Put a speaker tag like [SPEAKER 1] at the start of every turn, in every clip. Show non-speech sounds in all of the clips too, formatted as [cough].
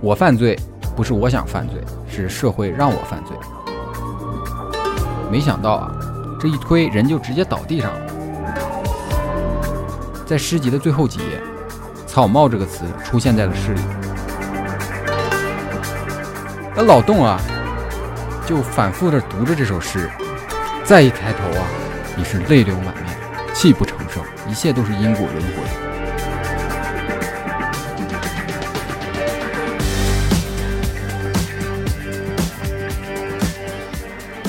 [SPEAKER 1] 我犯罪不是我想犯罪，是社会让我犯罪。没想到啊，这一推人就直接倒地上了。在诗集的最后几页，“草帽”这个词出现在了诗里。那老洞啊，就反复的读着这首诗，再一抬头啊，已是泪流满面，泣不成声，一切都是因果轮回。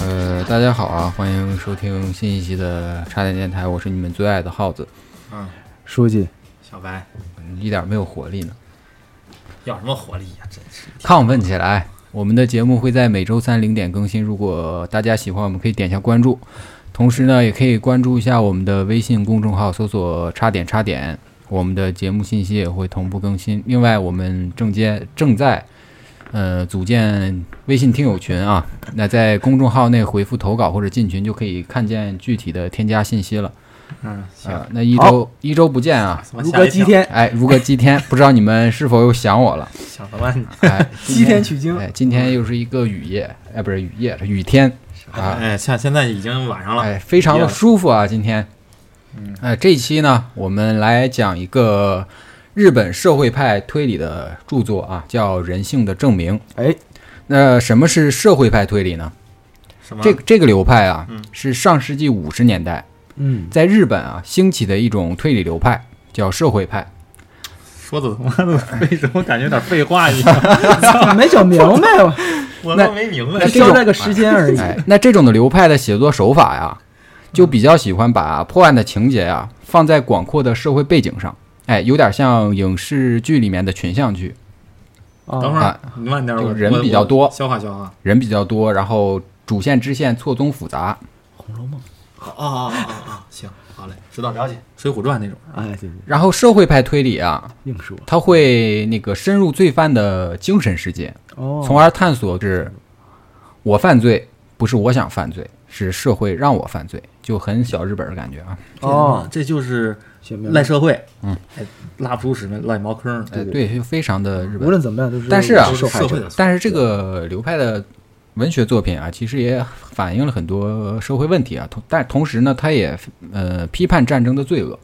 [SPEAKER 1] 呃，大家好啊，欢迎收听新一期的差点电台，我是你们最爱的耗子，
[SPEAKER 2] 嗯，
[SPEAKER 3] 书记，
[SPEAKER 2] 小白
[SPEAKER 1] 嗯一点没有活力呢。
[SPEAKER 2] 要什么活力呀、真是
[SPEAKER 1] 亢奋起来！我们的节目会在每周三零点更新，如果大家喜欢，我们可以点一下关注，同时呢，也可以关注一下我们的微信公众号，搜索“差点差点”，我们的节目信息也会同步更新。另外，我们正接正在呃组建微信听友群啊，那在公众号内回复投稿或者进群，就可以看见具体的添加信息了。
[SPEAKER 2] 嗯，行，
[SPEAKER 1] 啊，那一周一周不见啊，
[SPEAKER 2] 怎么
[SPEAKER 3] 如
[SPEAKER 2] 吓
[SPEAKER 3] 隔
[SPEAKER 2] 一
[SPEAKER 3] 鸡
[SPEAKER 2] 跳？
[SPEAKER 3] 天，
[SPEAKER 1] 哎，如隔几天，不知道你们是否又想我了？
[SPEAKER 2] 想什么你？
[SPEAKER 1] 哎，
[SPEAKER 3] 鸡 [laughs] 天取经，
[SPEAKER 1] 哎，今天又是一个雨夜，哎，不是雨夜，是雨天啊，
[SPEAKER 2] 哎，像现在已经晚上了，
[SPEAKER 1] 哎，非常的舒服啊，今天。
[SPEAKER 2] 嗯
[SPEAKER 1] 哎，这一期呢，我们来讲一个日本社会派推理的著作啊，叫《人性的证明》。
[SPEAKER 3] 哎，
[SPEAKER 1] 那什么是社会派推理呢？
[SPEAKER 2] 什么
[SPEAKER 1] 这个这个流派啊
[SPEAKER 2] 嗯，
[SPEAKER 1] 是上世纪五十年代
[SPEAKER 3] 嗯，
[SPEAKER 1] 在日本啊兴起的一种推理流派，叫社会派。
[SPEAKER 2] 说的他妈的， [laughs] 为什么感觉有点废话
[SPEAKER 1] [laughs]
[SPEAKER 2] 一样？
[SPEAKER 3] 没整明白吧， [laughs]
[SPEAKER 2] 我
[SPEAKER 1] 那
[SPEAKER 2] 都没明
[SPEAKER 1] 那
[SPEAKER 2] 白。
[SPEAKER 1] 这
[SPEAKER 3] 交
[SPEAKER 1] 种
[SPEAKER 3] 代个时间而已。
[SPEAKER 1] 哎， [laughs] 那这种的流派的写作手法呀，就比较喜欢把破案的情节啊放在广阔的社会背景上，哎，有点像影视剧里面的群像剧，
[SPEAKER 3] 啊
[SPEAKER 2] 等会儿
[SPEAKER 1] 啊
[SPEAKER 2] 你慢点，
[SPEAKER 1] 就
[SPEAKER 2] 我
[SPEAKER 1] 人
[SPEAKER 2] 我
[SPEAKER 1] 比较多
[SPEAKER 2] 我消化消化。
[SPEAKER 1] 人比较多，然后主线支线错综复杂。
[SPEAKER 2] 哦哦哦哦哦，行，好嘞，知道了解《水浒传》那种。
[SPEAKER 3] 哎，对对，
[SPEAKER 1] 然后社会派推理啊，
[SPEAKER 3] 硬说
[SPEAKER 1] 它会那个深入罪犯的精神世界，
[SPEAKER 3] 哦，
[SPEAKER 1] 从而探索是，我犯罪不是我想犯罪，是社会让我犯罪，就很小日本的感觉啊。
[SPEAKER 3] 哦，
[SPEAKER 2] 这就是
[SPEAKER 3] 选明白
[SPEAKER 2] 赖，社会，
[SPEAKER 1] 嗯
[SPEAKER 2] 哎，拉不出屎来赖茅坑儿。
[SPEAKER 1] 哎，对，就非常的日本
[SPEAKER 3] 无。论怎么样都是，
[SPEAKER 1] 但是啊
[SPEAKER 3] 受害
[SPEAKER 2] 社会
[SPEAKER 3] 者
[SPEAKER 2] 的错
[SPEAKER 1] 但是这个流派的文学作品啊，其实也反映了很多社会问题啊。同但同时呢，它也呃批判战争的罪恶。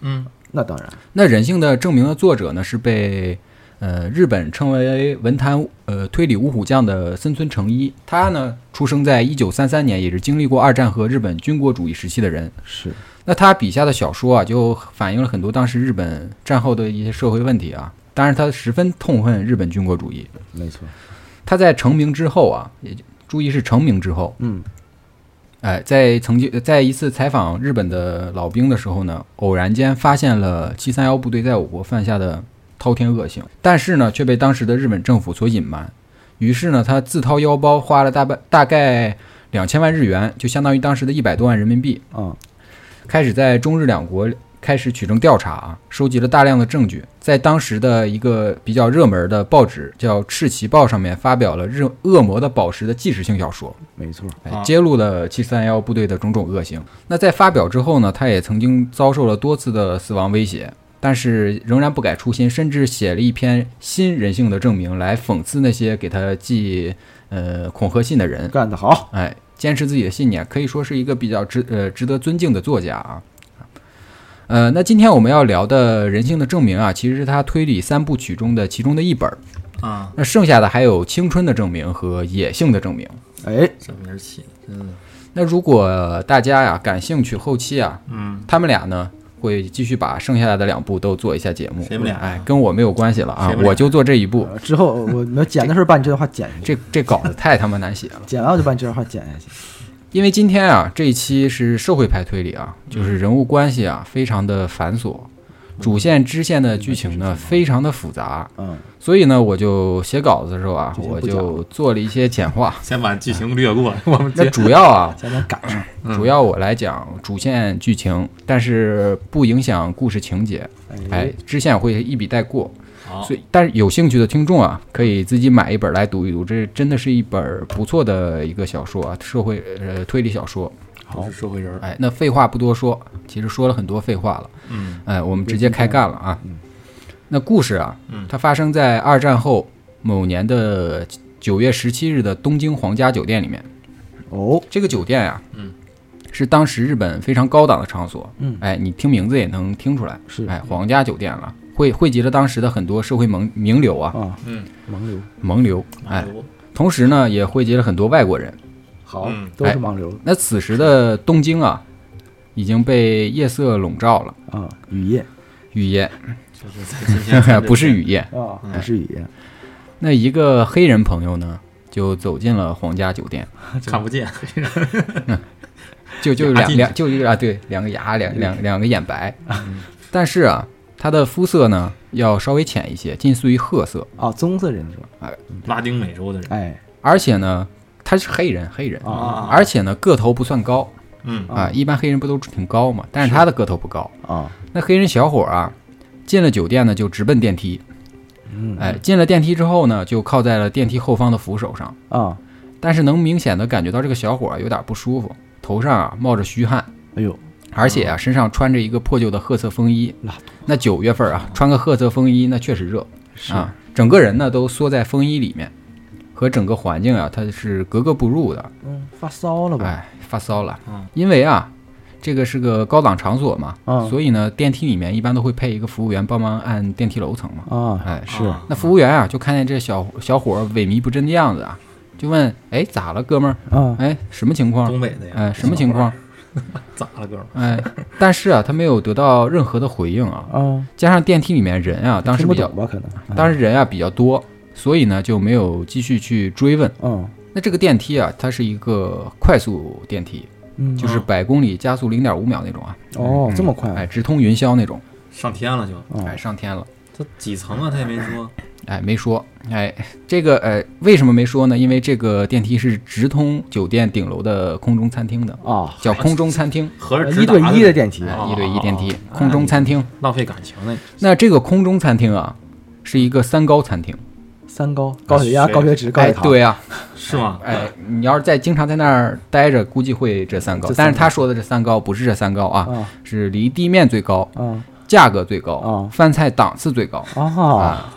[SPEAKER 2] 嗯，
[SPEAKER 3] 那当然，
[SPEAKER 1] 那《人性的证明》的作者呢，是被呃日本称为文坛呃推理五虎将的森村诚一。他呢，出生在一九三三年，也是经历过二战和日本军国主义时期的人。
[SPEAKER 3] 是
[SPEAKER 1] 那他笔下的小说啊，就反映了很多当时日本战后的一些社会问题啊。当然，他十分痛恨日本军国主义，
[SPEAKER 3] 没错，
[SPEAKER 1] 他在成名之后啊，也就注意是成名之后，
[SPEAKER 3] 嗯，
[SPEAKER 1] 哎，在曾经在一次采访日本的老兵的时候呢，偶然间发现了七三幺部队在我国犯下的滔天恶行，但是呢，却被当时的日本政府所隐瞒。于是呢，他自掏腰包花了大半大概两千万日元，就相当于当时的一百多万人民币，
[SPEAKER 3] 啊，
[SPEAKER 1] 开始在中日两国开始取证调查啊，收集了大量的证据，在当时的一个比较热门的报纸叫《赤旗报》上面发表了日《恶魔的宝石》的纪实性小说，
[SPEAKER 3] 没错，
[SPEAKER 1] 哎
[SPEAKER 2] 啊，
[SPEAKER 1] 揭露了七三幺部队的种种恶行。那在发表之后呢，他也曾经遭受了多次的死亡威胁，但是仍然不改初心，甚至写了一篇《新人性的证明》来讽刺那些给他寄呃恐吓信的人。
[SPEAKER 3] 干得好，
[SPEAKER 1] 哎，坚持自己的信念，可以说是一个比较值呃值得尊敬的作家啊。呃，那今天我们要聊的《人性的证明》啊，其实是他推理三部曲中的其中的一本儿。
[SPEAKER 2] 啊，
[SPEAKER 1] 那剩下的还有《青春的证明》和《野性的证明》。
[SPEAKER 3] 哎，
[SPEAKER 2] 这名儿起的真的，
[SPEAKER 1] 那如果大家呀感兴趣，后期啊，
[SPEAKER 2] 嗯，
[SPEAKER 1] 他们俩呢会继续把剩下的两部都做一下节目。
[SPEAKER 2] 谁们俩啊
[SPEAKER 1] 哎，跟我没有关系了啊
[SPEAKER 2] 谁，们俩
[SPEAKER 1] 我就做这一部。
[SPEAKER 3] 呃之后我们剪的时候把你这段话剪下去，
[SPEAKER 1] 这这稿子太他妈难写了。
[SPEAKER 3] 剪完我就把你这段话剪下去，
[SPEAKER 1] 因为今天啊，这一期是社会派推理啊，就是人物关系啊，非常的繁琐，主线支线的剧情呢，非常的复杂，
[SPEAKER 3] 嗯，
[SPEAKER 1] 所以呢，我就写稿子的时候啊，
[SPEAKER 3] 这些
[SPEAKER 1] 我
[SPEAKER 3] 不讲
[SPEAKER 1] 就做了一些简化。
[SPEAKER 2] 先把剧情略过，我们
[SPEAKER 1] 那
[SPEAKER 2] 接
[SPEAKER 1] 主要啊，
[SPEAKER 3] 加点赶上，
[SPEAKER 2] 嗯
[SPEAKER 1] 主要我来讲主线剧情，但是不影响故事情节，哎
[SPEAKER 3] 哎，，
[SPEAKER 1] 支线会一笔带过。
[SPEAKER 2] 好
[SPEAKER 1] 所以，但是有兴趣的听众啊，可以自己买一本来读一读，这真的是一本不错的一个小说啊，社会呃推理小说。
[SPEAKER 2] 好是社会人儿。
[SPEAKER 1] 哎，那废话不多说，其实说了很多废话了，
[SPEAKER 2] 嗯
[SPEAKER 1] 哎，我们直接开干了啊
[SPEAKER 3] 嗯。
[SPEAKER 1] 那故事啊
[SPEAKER 2] 嗯，
[SPEAKER 1] 它发生在二战后某年的九月十七日的东京皇家酒店里面。
[SPEAKER 3] 哦，
[SPEAKER 1] 这个酒店呀、
[SPEAKER 2] 嗯，
[SPEAKER 1] 是当时日本非常高档的场所。
[SPEAKER 3] 嗯
[SPEAKER 1] 哎，你听名字也能听出来，
[SPEAKER 3] 是
[SPEAKER 1] 哎皇家酒店了，汇汇集了当时的很多社会名名流啊，
[SPEAKER 3] 啊，
[SPEAKER 2] 嗯，
[SPEAKER 3] 盲流，
[SPEAKER 1] 蒙流，
[SPEAKER 2] 麻
[SPEAKER 1] 哎，
[SPEAKER 2] 油
[SPEAKER 1] 同时呢也汇集了很多外国人。
[SPEAKER 3] 好
[SPEAKER 2] 嗯，
[SPEAKER 3] 都是盲流
[SPEAKER 1] 那此时的东京啊，已经被夜色笼罩了，
[SPEAKER 3] 啊，雨夜
[SPEAKER 1] 雨夜
[SPEAKER 2] 就是
[SPEAKER 1] [laughs]
[SPEAKER 2] 在今天
[SPEAKER 1] 不是雨夜。
[SPEAKER 3] 啊，
[SPEAKER 2] 嗯
[SPEAKER 3] 不是雨夜，
[SPEAKER 1] 那一个黑人朋友呢，就走进了皇家酒店，
[SPEAKER 2] 看不见，
[SPEAKER 1] 就就
[SPEAKER 2] 牙
[SPEAKER 1] 两
[SPEAKER 2] 进去
[SPEAKER 1] 两就一个啊，对，两个牙，两两两个眼白，
[SPEAKER 3] 嗯
[SPEAKER 1] 但是啊，他的肤色呢要稍微浅一些，近似于褐色，
[SPEAKER 3] 啊，棕色人种，
[SPEAKER 2] 拉丁美洲的人
[SPEAKER 3] 哎，
[SPEAKER 1] 而且呢，他是黑人，黑人，
[SPEAKER 3] 啊
[SPEAKER 1] 而且呢个头不算高
[SPEAKER 2] 嗯
[SPEAKER 3] 啊
[SPEAKER 1] 啊，一般黑人不都挺高嘛，但是他的个头不高。
[SPEAKER 3] 啊，
[SPEAKER 1] 那黑人小伙儿啊，进了酒店呢就直奔电梯，
[SPEAKER 3] 嗯
[SPEAKER 1] 哎，进了电梯之后呢，就靠在了电梯后方的扶手上，
[SPEAKER 3] 啊，
[SPEAKER 1] 但是能明显的感觉到这个小伙儿有点不舒服，头上啊冒着虚汗。
[SPEAKER 3] 哎呦，
[SPEAKER 1] 而且啊，身上穿着一个破旧的褐色风衣
[SPEAKER 3] 那，
[SPEAKER 1] 那九月份啊，穿个褐色风衣那确实热
[SPEAKER 3] 是
[SPEAKER 1] 啊，整个人呢都缩在风衣里面，和整个环境啊，它是格格不入的。
[SPEAKER 3] 嗯，发烧了吧？
[SPEAKER 1] 哎，发烧了
[SPEAKER 2] 嗯，
[SPEAKER 1] 因为啊，这个是个高档场所嘛，
[SPEAKER 3] 嗯
[SPEAKER 1] 所以呢，电梯里面一般都会配一个服务员帮忙按电梯楼层嘛。
[SPEAKER 3] 啊，
[SPEAKER 1] 哎，
[SPEAKER 3] 是
[SPEAKER 2] 啊
[SPEAKER 1] 那服务员啊，就看见这小小伙儿萎靡不振的样子啊，就问：“哎，咋了，哥们儿？
[SPEAKER 3] 啊，
[SPEAKER 1] 哎，什么情况？
[SPEAKER 2] 东北的呀，
[SPEAKER 1] 哎，什么情况？
[SPEAKER 2] 咋了，哥们儿？
[SPEAKER 1] 哎，但是啊，他没有得到任何的回应啊。
[SPEAKER 3] 啊，
[SPEAKER 1] 加上电梯里面人啊，当时
[SPEAKER 3] 听不
[SPEAKER 1] 比较
[SPEAKER 3] 懂，吧？可能，
[SPEAKER 1] 当时人啊比较多，所以呢就没有继续去追问。
[SPEAKER 3] 嗯
[SPEAKER 1] 那这个电梯啊，它是一个快速电梯，
[SPEAKER 3] 嗯，
[SPEAKER 1] 就是百公里加速零点五秒那种啊，
[SPEAKER 3] 哦，这么快
[SPEAKER 1] 哎，直通云霄那种，
[SPEAKER 2] 上天了就，
[SPEAKER 3] 啊
[SPEAKER 1] 哎，上天了，
[SPEAKER 2] 这几层啊？他也没说，
[SPEAKER 1] 哎，没说，哎，这个呃，为什么没说呢？因为这个电梯是直通酒店顶楼的空中餐厅的，
[SPEAKER 3] 啊，
[SPEAKER 1] 叫空中餐厅，
[SPEAKER 2] 合着直
[SPEAKER 3] 一对
[SPEAKER 2] 达
[SPEAKER 3] 一的电梯，
[SPEAKER 1] 哎，一对一电梯，空中餐厅。
[SPEAKER 2] 浪费感情呢。
[SPEAKER 1] 那这个空中餐厅啊，是一个三高餐厅，
[SPEAKER 3] 三高，高血压、
[SPEAKER 2] 血
[SPEAKER 3] 高血脂、高
[SPEAKER 1] 哎，
[SPEAKER 3] 血糖，
[SPEAKER 1] 对啊，
[SPEAKER 2] 是吗？
[SPEAKER 1] 哎，你要是在经常在那儿待着，估计会这三高。
[SPEAKER 3] 这三高
[SPEAKER 1] 但是他说的这三高不是这三高啊，
[SPEAKER 3] 啊
[SPEAKER 1] 是离地面最高，
[SPEAKER 3] 啊
[SPEAKER 1] 价格最高，
[SPEAKER 3] 啊
[SPEAKER 1] 饭菜档次最高
[SPEAKER 3] 啊
[SPEAKER 1] 啊，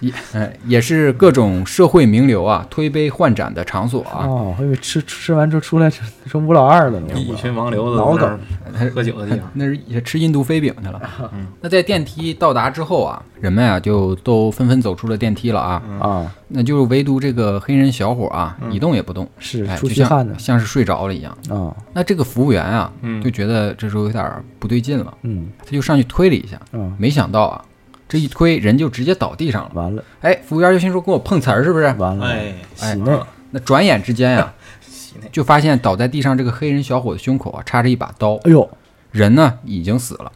[SPEAKER 1] 也哎也是各种社会名流啊推杯换盏的场所啊。
[SPEAKER 3] 啊！我以为吃吃完之后出 [laughs] 来成成吴老二了
[SPEAKER 1] 嗯
[SPEAKER 3] 呢，
[SPEAKER 2] 一群盲流子
[SPEAKER 3] 老
[SPEAKER 2] 在
[SPEAKER 3] 梗
[SPEAKER 2] 那儿喝酒的地方，
[SPEAKER 1] 那是也吃印度飞饼去
[SPEAKER 3] 啊
[SPEAKER 1] 了。嗯那在电梯到达之后啊，人们啊就都纷纷走出了电梯了啊。
[SPEAKER 3] 啊，
[SPEAKER 1] 那就是唯独这个黑人小伙啊，
[SPEAKER 3] 嗯
[SPEAKER 1] 一动也不动，
[SPEAKER 3] 是
[SPEAKER 1] 哎，
[SPEAKER 3] 出
[SPEAKER 1] 就
[SPEAKER 3] 虚汗呢
[SPEAKER 1] 像像是睡着了一样。
[SPEAKER 3] 啊，
[SPEAKER 1] 那这个服务员啊，
[SPEAKER 2] 嗯
[SPEAKER 1] 就觉得这时候有点儿不对劲了，
[SPEAKER 3] 嗯
[SPEAKER 1] 他就上去推了一下，
[SPEAKER 3] 啊，
[SPEAKER 1] 没想到啊，这一推人就直接倒地上了。
[SPEAKER 3] 完了
[SPEAKER 1] 哎，服务员就心说跟我碰瓷儿是不是？
[SPEAKER 3] 完了，
[SPEAKER 2] 哎，
[SPEAKER 3] 喜内
[SPEAKER 1] 那转眼之间呀、
[SPEAKER 2] 洗内
[SPEAKER 1] 就发现倒在地上这个黑人小伙的胸口啊插着一把刀，
[SPEAKER 3] 哎呦，
[SPEAKER 1] 人呢已经死了。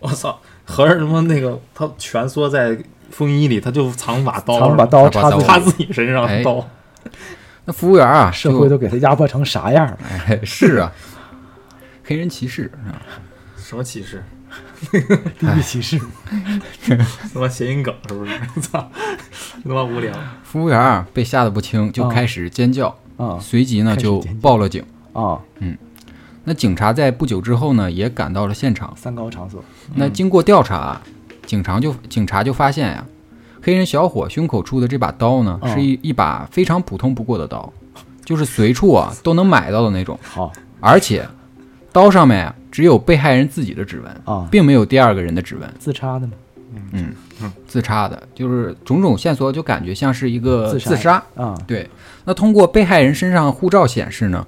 [SPEAKER 2] 我操，合着他妈那个他蜷缩在风衣里，他就藏把刀，
[SPEAKER 3] 藏把刀
[SPEAKER 1] 他把
[SPEAKER 3] 插
[SPEAKER 1] 刀
[SPEAKER 3] 自
[SPEAKER 2] 插
[SPEAKER 3] 己，
[SPEAKER 2] 自己身上的刀，
[SPEAKER 1] 那服务员啊，
[SPEAKER 3] 社会
[SPEAKER 1] 就
[SPEAKER 3] 都给他压迫成啥样了？
[SPEAKER 1] 哎 [laughs] 是啊，黑人歧视啊，
[SPEAKER 2] 什么歧视？
[SPEAKER 3] 地域歧视
[SPEAKER 2] 他妈谐音梗是不是？操，他妈无聊。
[SPEAKER 1] 服务员啊被吓得不轻，就
[SPEAKER 3] 啊
[SPEAKER 1] 开始尖叫，
[SPEAKER 3] 啊
[SPEAKER 1] 随即呢
[SPEAKER 3] 开始
[SPEAKER 1] 就
[SPEAKER 3] 尖叫
[SPEAKER 1] 报了警。
[SPEAKER 3] 啊！
[SPEAKER 1] 那警察在不久之后呢也赶到了现场。
[SPEAKER 3] 三高场所
[SPEAKER 1] 那经过调查，警察就警察就发现呀、黑人小伙胸口处的这把刀呢，
[SPEAKER 3] 嗯
[SPEAKER 1] 是一一把非常普通不过的刀，就是随处
[SPEAKER 3] [laughs]
[SPEAKER 1] 啊都能买到的那种，
[SPEAKER 3] 好
[SPEAKER 1] 而且刀上面啊只有被害人自己的指纹，
[SPEAKER 3] 啊，
[SPEAKER 1] 并没有第二个人的指纹，
[SPEAKER 3] 自插的嘛
[SPEAKER 1] 自插的，就是种种线索就感觉像是一个
[SPEAKER 3] 自杀
[SPEAKER 1] 自杀。
[SPEAKER 3] 啊
[SPEAKER 1] 对，那通过被害人身上护照显示呢，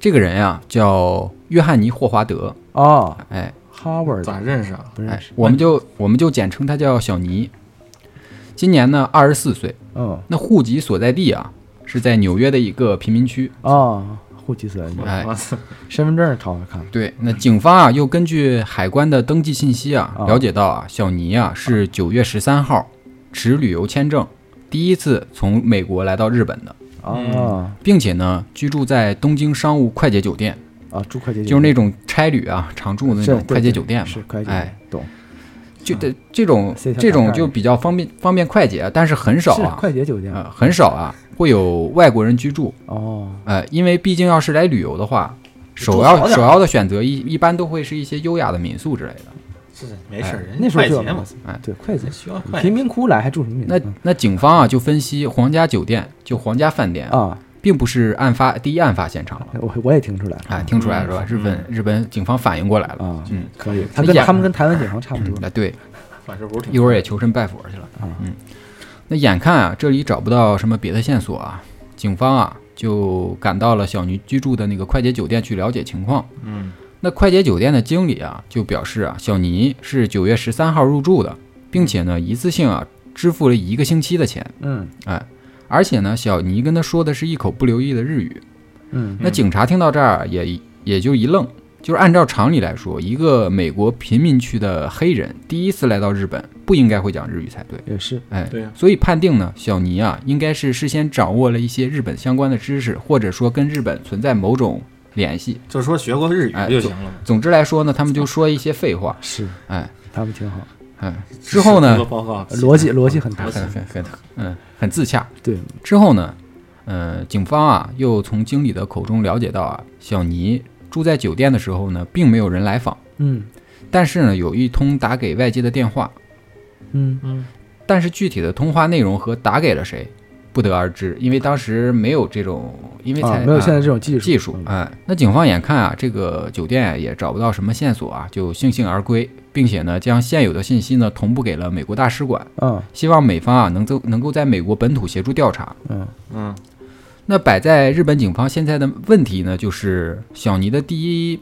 [SPEAKER 1] 这个人啊叫约翰尼·霍华德，
[SPEAKER 3] 啊，
[SPEAKER 1] 哎，
[SPEAKER 3] 哈维尔
[SPEAKER 2] 咋认识啊？
[SPEAKER 3] 不
[SPEAKER 1] 哎
[SPEAKER 3] 认识，，
[SPEAKER 1] 我们就我们就简称他叫小尼。今年呢，二十四岁。
[SPEAKER 3] 嗯
[SPEAKER 1] 那户籍所在地啊，是在纽约的一个贫民区。
[SPEAKER 3] 啊，户籍所在地，
[SPEAKER 1] 哎
[SPEAKER 2] 我操，
[SPEAKER 3] 身份证掏看看
[SPEAKER 1] 对，那警方啊，又根据海关的登记信息啊，
[SPEAKER 3] 啊
[SPEAKER 1] 了解到啊，小尼啊是九月十三号持旅游签证，第一次从美国来到日本的，
[SPEAKER 3] 啊
[SPEAKER 1] 并且呢，居住在东京商务快捷酒店，
[SPEAKER 3] 啊，住快捷酒店
[SPEAKER 1] 就是那种差旅啊常住的那
[SPEAKER 3] 是
[SPEAKER 1] 种
[SPEAKER 3] 对
[SPEAKER 1] 快捷
[SPEAKER 3] 对
[SPEAKER 1] 酒店嘛。
[SPEAKER 3] 是快捷酒
[SPEAKER 1] 哎，
[SPEAKER 3] 店，懂
[SPEAKER 1] 就这这种
[SPEAKER 3] 塞下
[SPEAKER 1] 这种
[SPEAKER 3] 大盖
[SPEAKER 1] 就
[SPEAKER 3] 儿
[SPEAKER 1] 比较方便方便快捷啊，但是很少
[SPEAKER 3] 是
[SPEAKER 1] 啊，
[SPEAKER 3] 快捷酒店
[SPEAKER 1] 呃，很少啊，会有外国人居住。
[SPEAKER 3] 哦，
[SPEAKER 1] 呃，因为毕竟要是来旅游的话，首
[SPEAKER 3] 住好
[SPEAKER 1] 要
[SPEAKER 3] 点儿
[SPEAKER 1] 首要的选择一一般都会是一些优雅的民宿之类的。
[SPEAKER 2] 是没事儿，人
[SPEAKER 3] 那时候
[SPEAKER 2] 快
[SPEAKER 3] 就
[SPEAKER 2] 捷
[SPEAKER 3] 有
[SPEAKER 2] 嘛，
[SPEAKER 3] 对会计
[SPEAKER 2] 人，需要快捷
[SPEAKER 3] 贫。民窟来还住什么民？
[SPEAKER 1] 哎那那警方啊就分析皇家酒店就皇家饭店，
[SPEAKER 3] 啊，
[SPEAKER 1] 并不是案发第一案发现场了。
[SPEAKER 3] 我我也听出来了
[SPEAKER 1] 哎，听出来了是
[SPEAKER 3] 嗯
[SPEAKER 1] 吧？日本日本警方反应过来了。
[SPEAKER 3] 啊，
[SPEAKER 1] 嗯，
[SPEAKER 3] 可以，他跟
[SPEAKER 1] 演
[SPEAKER 3] 他们跟台湾警方差不多
[SPEAKER 1] 啊，对，
[SPEAKER 2] 反正不是挺
[SPEAKER 1] 一会儿也求神拜佛去了。
[SPEAKER 3] 啊
[SPEAKER 1] 嗯，那眼看啊，这里找不到什么别的线索啊，警方啊就赶到了小女居住的那个快捷酒店去了解情况。
[SPEAKER 2] 嗯，
[SPEAKER 1] 那快捷酒店的经理啊就表示啊，小尼是九月十三号入住的，并且呢一次性啊支付了一个星期的钱，
[SPEAKER 3] 嗯
[SPEAKER 1] 而且呢小尼跟他说的是一口不留意的日语。
[SPEAKER 3] 嗯
[SPEAKER 1] 那警察听到这儿啊也也就一愣，就是按照常理来说，一个美国贫民区的黑人第一次来到日本，不应该会讲日语才对。
[SPEAKER 3] 也是
[SPEAKER 1] 哎，
[SPEAKER 2] 对呀
[SPEAKER 1] 所以判定呢，小尼啊，应该是事先掌握了一些日本相关的知识，或者说跟日本存在某种联系。
[SPEAKER 2] 就是说学过日语
[SPEAKER 1] 哎
[SPEAKER 2] 就行了嘛。
[SPEAKER 1] 总之来说呢，他们就说一些废话，
[SPEAKER 3] 是，
[SPEAKER 1] 哎
[SPEAKER 3] 他们挺好，
[SPEAKER 1] 哎，之后呢
[SPEAKER 2] 这个报告
[SPEAKER 3] 逻辑逻辑很
[SPEAKER 1] 很
[SPEAKER 3] 通，
[SPEAKER 1] 很很嗯很自洽。
[SPEAKER 3] 对，
[SPEAKER 1] 之后呢，呃，警方啊又从经理的口中了解到啊，小尼住在酒店的时候呢，并没有人来访，
[SPEAKER 3] 嗯
[SPEAKER 1] 但是呢，有一通打给外界的电话，
[SPEAKER 3] 嗯
[SPEAKER 2] 嗯，
[SPEAKER 1] 但是具体的通话内容和打给了谁，不得而知，因为当时没有这种，因为才、
[SPEAKER 3] 啊，没有现在这种技术
[SPEAKER 1] 技术，
[SPEAKER 3] 嗯
[SPEAKER 1] 哎，那警方眼看啊，这个酒店也找不到什么线索啊，就悻悻而归，并且呢，将现有的信息呢同步给了美国大使馆，
[SPEAKER 3] 啊
[SPEAKER 1] 希望美方啊能够能够在美国本土协助调查。
[SPEAKER 3] 嗯
[SPEAKER 2] 嗯，
[SPEAKER 1] 那摆在日本警方现在的问题呢，就是小尼的第一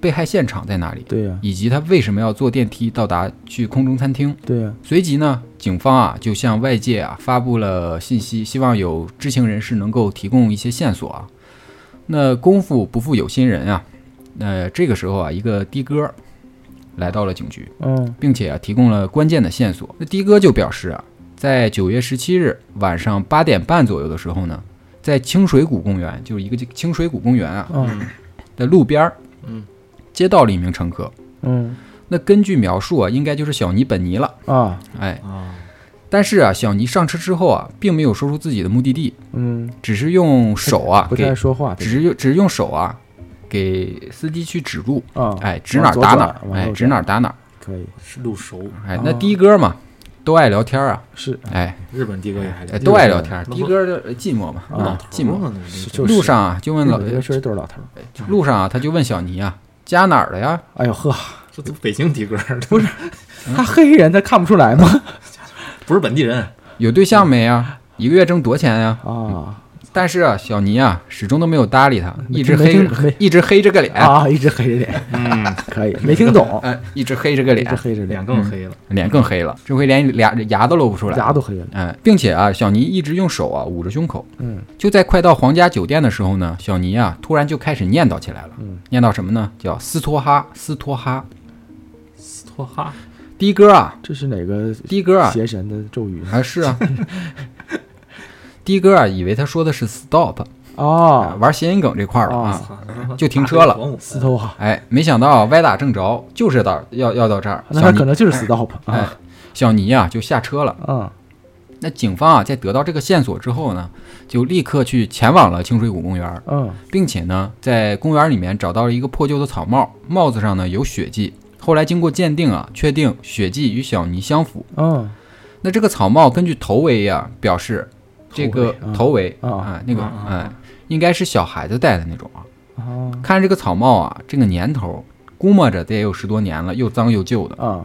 [SPEAKER 1] 被害现场在哪里，
[SPEAKER 3] 对呀
[SPEAKER 1] 以及他为什么要坐电梯到达去空中餐厅。
[SPEAKER 3] 对呀，
[SPEAKER 1] 随即呢，警方啊就向外界啊发布了信息，希望有知情人士能够提供一些线索啊。那功夫不负有心人啊，那这个时候啊，一个的哥儿来到了警局，
[SPEAKER 3] 嗯
[SPEAKER 1] 并且啊提供了关键的线索。那的哥就表示啊，在九月十七日晚上八点半左右的时候呢，在清水谷公园，就是一个清水谷公园啊
[SPEAKER 3] 嗯
[SPEAKER 1] 的路边儿，
[SPEAKER 2] 嗯，
[SPEAKER 1] 接到了一名乘客。
[SPEAKER 3] 嗯
[SPEAKER 1] 那根据描述啊，应该就是小尼本尼了，
[SPEAKER 3] 啊
[SPEAKER 1] 哎。
[SPEAKER 2] 啊，
[SPEAKER 1] 但是啊，小尼上车之后啊，并没有说出自己的目的地，
[SPEAKER 3] 嗯，
[SPEAKER 1] 只是用手啊
[SPEAKER 3] 不太
[SPEAKER 1] 给
[SPEAKER 3] 爱，说话，
[SPEAKER 1] 只是用只是用手啊给司机去指路，
[SPEAKER 3] 啊，
[SPEAKER 1] 哎，指哪儿
[SPEAKER 3] 左
[SPEAKER 1] 打哪
[SPEAKER 3] 转
[SPEAKER 1] 儿，
[SPEAKER 3] 往
[SPEAKER 1] 哎，
[SPEAKER 3] 右
[SPEAKER 1] 指哪儿打哪儿，
[SPEAKER 3] 可以
[SPEAKER 2] 是路熟，
[SPEAKER 1] 哎
[SPEAKER 3] 哦，
[SPEAKER 1] 那的哥嘛，都爱聊天啊，
[SPEAKER 3] 是
[SPEAKER 1] 哎，
[SPEAKER 2] 日本地哥也还
[SPEAKER 1] 哎
[SPEAKER 2] 是
[SPEAKER 1] 都爱聊天，
[SPEAKER 2] 日本
[SPEAKER 1] 的哥就寂寞嘛，
[SPEAKER 3] 啊
[SPEAKER 1] 寂寞。
[SPEAKER 2] 呢，
[SPEAKER 3] 是
[SPEAKER 2] 这
[SPEAKER 3] 就是
[SPEAKER 1] 路上啊，就问老
[SPEAKER 3] 日本这边确实都是老头儿，
[SPEAKER 1] 路上啊，他就问小尼啊，家哪儿的呀？
[SPEAKER 3] 哎呦呵，
[SPEAKER 2] 这都北京的哥不是
[SPEAKER 1] 嗯
[SPEAKER 3] 他黑人他看不出来吗？
[SPEAKER 2] 不是本地人，
[SPEAKER 1] 有对象没啊？一个月挣多钱呀？
[SPEAKER 3] 啊
[SPEAKER 1] 但是啊，小尼啊，始终都没有搭理他，一直
[SPEAKER 3] 没
[SPEAKER 1] 黑
[SPEAKER 3] 听
[SPEAKER 1] 着
[SPEAKER 3] 没
[SPEAKER 1] 一直黑着个脸，
[SPEAKER 3] 啊，一直黑着脸，
[SPEAKER 2] 嗯，
[SPEAKER 3] 可以，没听懂，
[SPEAKER 1] 哎，一直黑着个
[SPEAKER 3] 一
[SPEAKER 1] 脸
[SPEAKER 3] 直，黑着脸
[SPEAKER 2] 脸，更黑了，
[SPEAKER 1] 脸更黑了，这回连俩牙都露不出来，
[SPEAKER 3] 牙都黑了，
[SPEAKER 1] 哎，并且啊，小尼一直用手啊捂着胸口。
[SPEAKER 3] 嗯
[SPEAKER 1] 就在快到皇家酒店的时候呢，小尼啊突然就开始念叨起来了，
[SPEAKER 3] 嗯
[SPEAKER 1] 念叨什么呢？叫斯托哈，斯托哈。
[SPEAKER 2] 斯托哈，
[SPEAKER 1] 的哥啊，
[SPEAKER 3] 这是哪个
[SPEAKER 1] 的哥啊，
[SPEAKER 3] 邪神的咒语呢？
[SPEAKER 1] 啊是啊， [laughs] 的哥啊以为他说的是 stop，、哎
[SPEAKER 3] 哦，
[SPEAKER 1] 玩谐音梗这块儿了啊，
[SPEAKER 2] 操他妈
[SPEAKER 1] 就停车了
[SPEAKER 2] 打黑黄五
[SPEAKER 3] 斯托哈，
[SPEAKER 1] 哎，没想到歪打正着，就是到要要到这儿，
[SPEAKER 3] 那
[SPEAKER 1] 小
[SPEAKER 3] 他可
[SPEAKER 1] 尼
[SPEAKER 3] 能就是 stop
[SPEAKER 1] 哎
[SPEAKER 3] 啊，，
[SPEAKER 1] 小尼啊就下车了。
[SPEAKER 3] 嗯
[SPEAKER 1] 那警方啊，在得到这个线索之后呢，就立刻去前往了清水谷公园，
[SPEAKER 3] 嗯
[SPEAKER 1] 并且呢，在公园里面找到了一个破旧的草帽，帽子上呢有血迹。后来经过鉴定啊，确定血迹与小尼相符。
[SPEAKER 3] 嗯
[SPEAKER 1] 那这个草帽根据头围啊表示，这个头
[SPEAKER 3] 头
[SPEAKER 1] 围
[SPEAKER 3] 啊
[SPEAKER 1] 啊那个
[SPEAKER 2] 啊啊
[SPEAKER 1] 哎，应该是小孩子戴的那种啊。
[SPEAKER 3] 啊
[SPEAKER 1] 看这个草帽啊，这个年头估摸着得有十多年了，又脏又旧的。
[SPEAKER 3] 啊，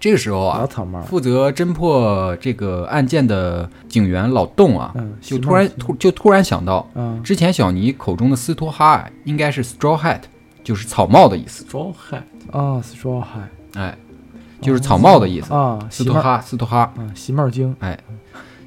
[SPEAKER 1] 这个时候啊
[SPEAKER 3] 老，草帽，
[SPEAKER 1] 负责侦破这个案件的警员老洞啊，
[SPEAKER 3] 嗯，
[SPEAKER 1] 就突然突就突然想到，
[SPEAKER 3] 啊
[SPEAKER 1] 之前小尼口中的斯托哈啊应该是 straw hat，就是草帽的意思，
[SPEAKER 2] 招害，
[SPEAKER 3] 啊，straw hat
[SPEAKER 1] 哎，就是草帽的意思。
[SPEAKER 3] 啊，
[SPEAKER 1] 斯
[SPEAKER 3] 席
[SPEAKER 1] 托
[SPEAKER 3] 帽
[SPEAKER 1] 哈，斯托哈，
[SPEAKER 3] 啊，席帽精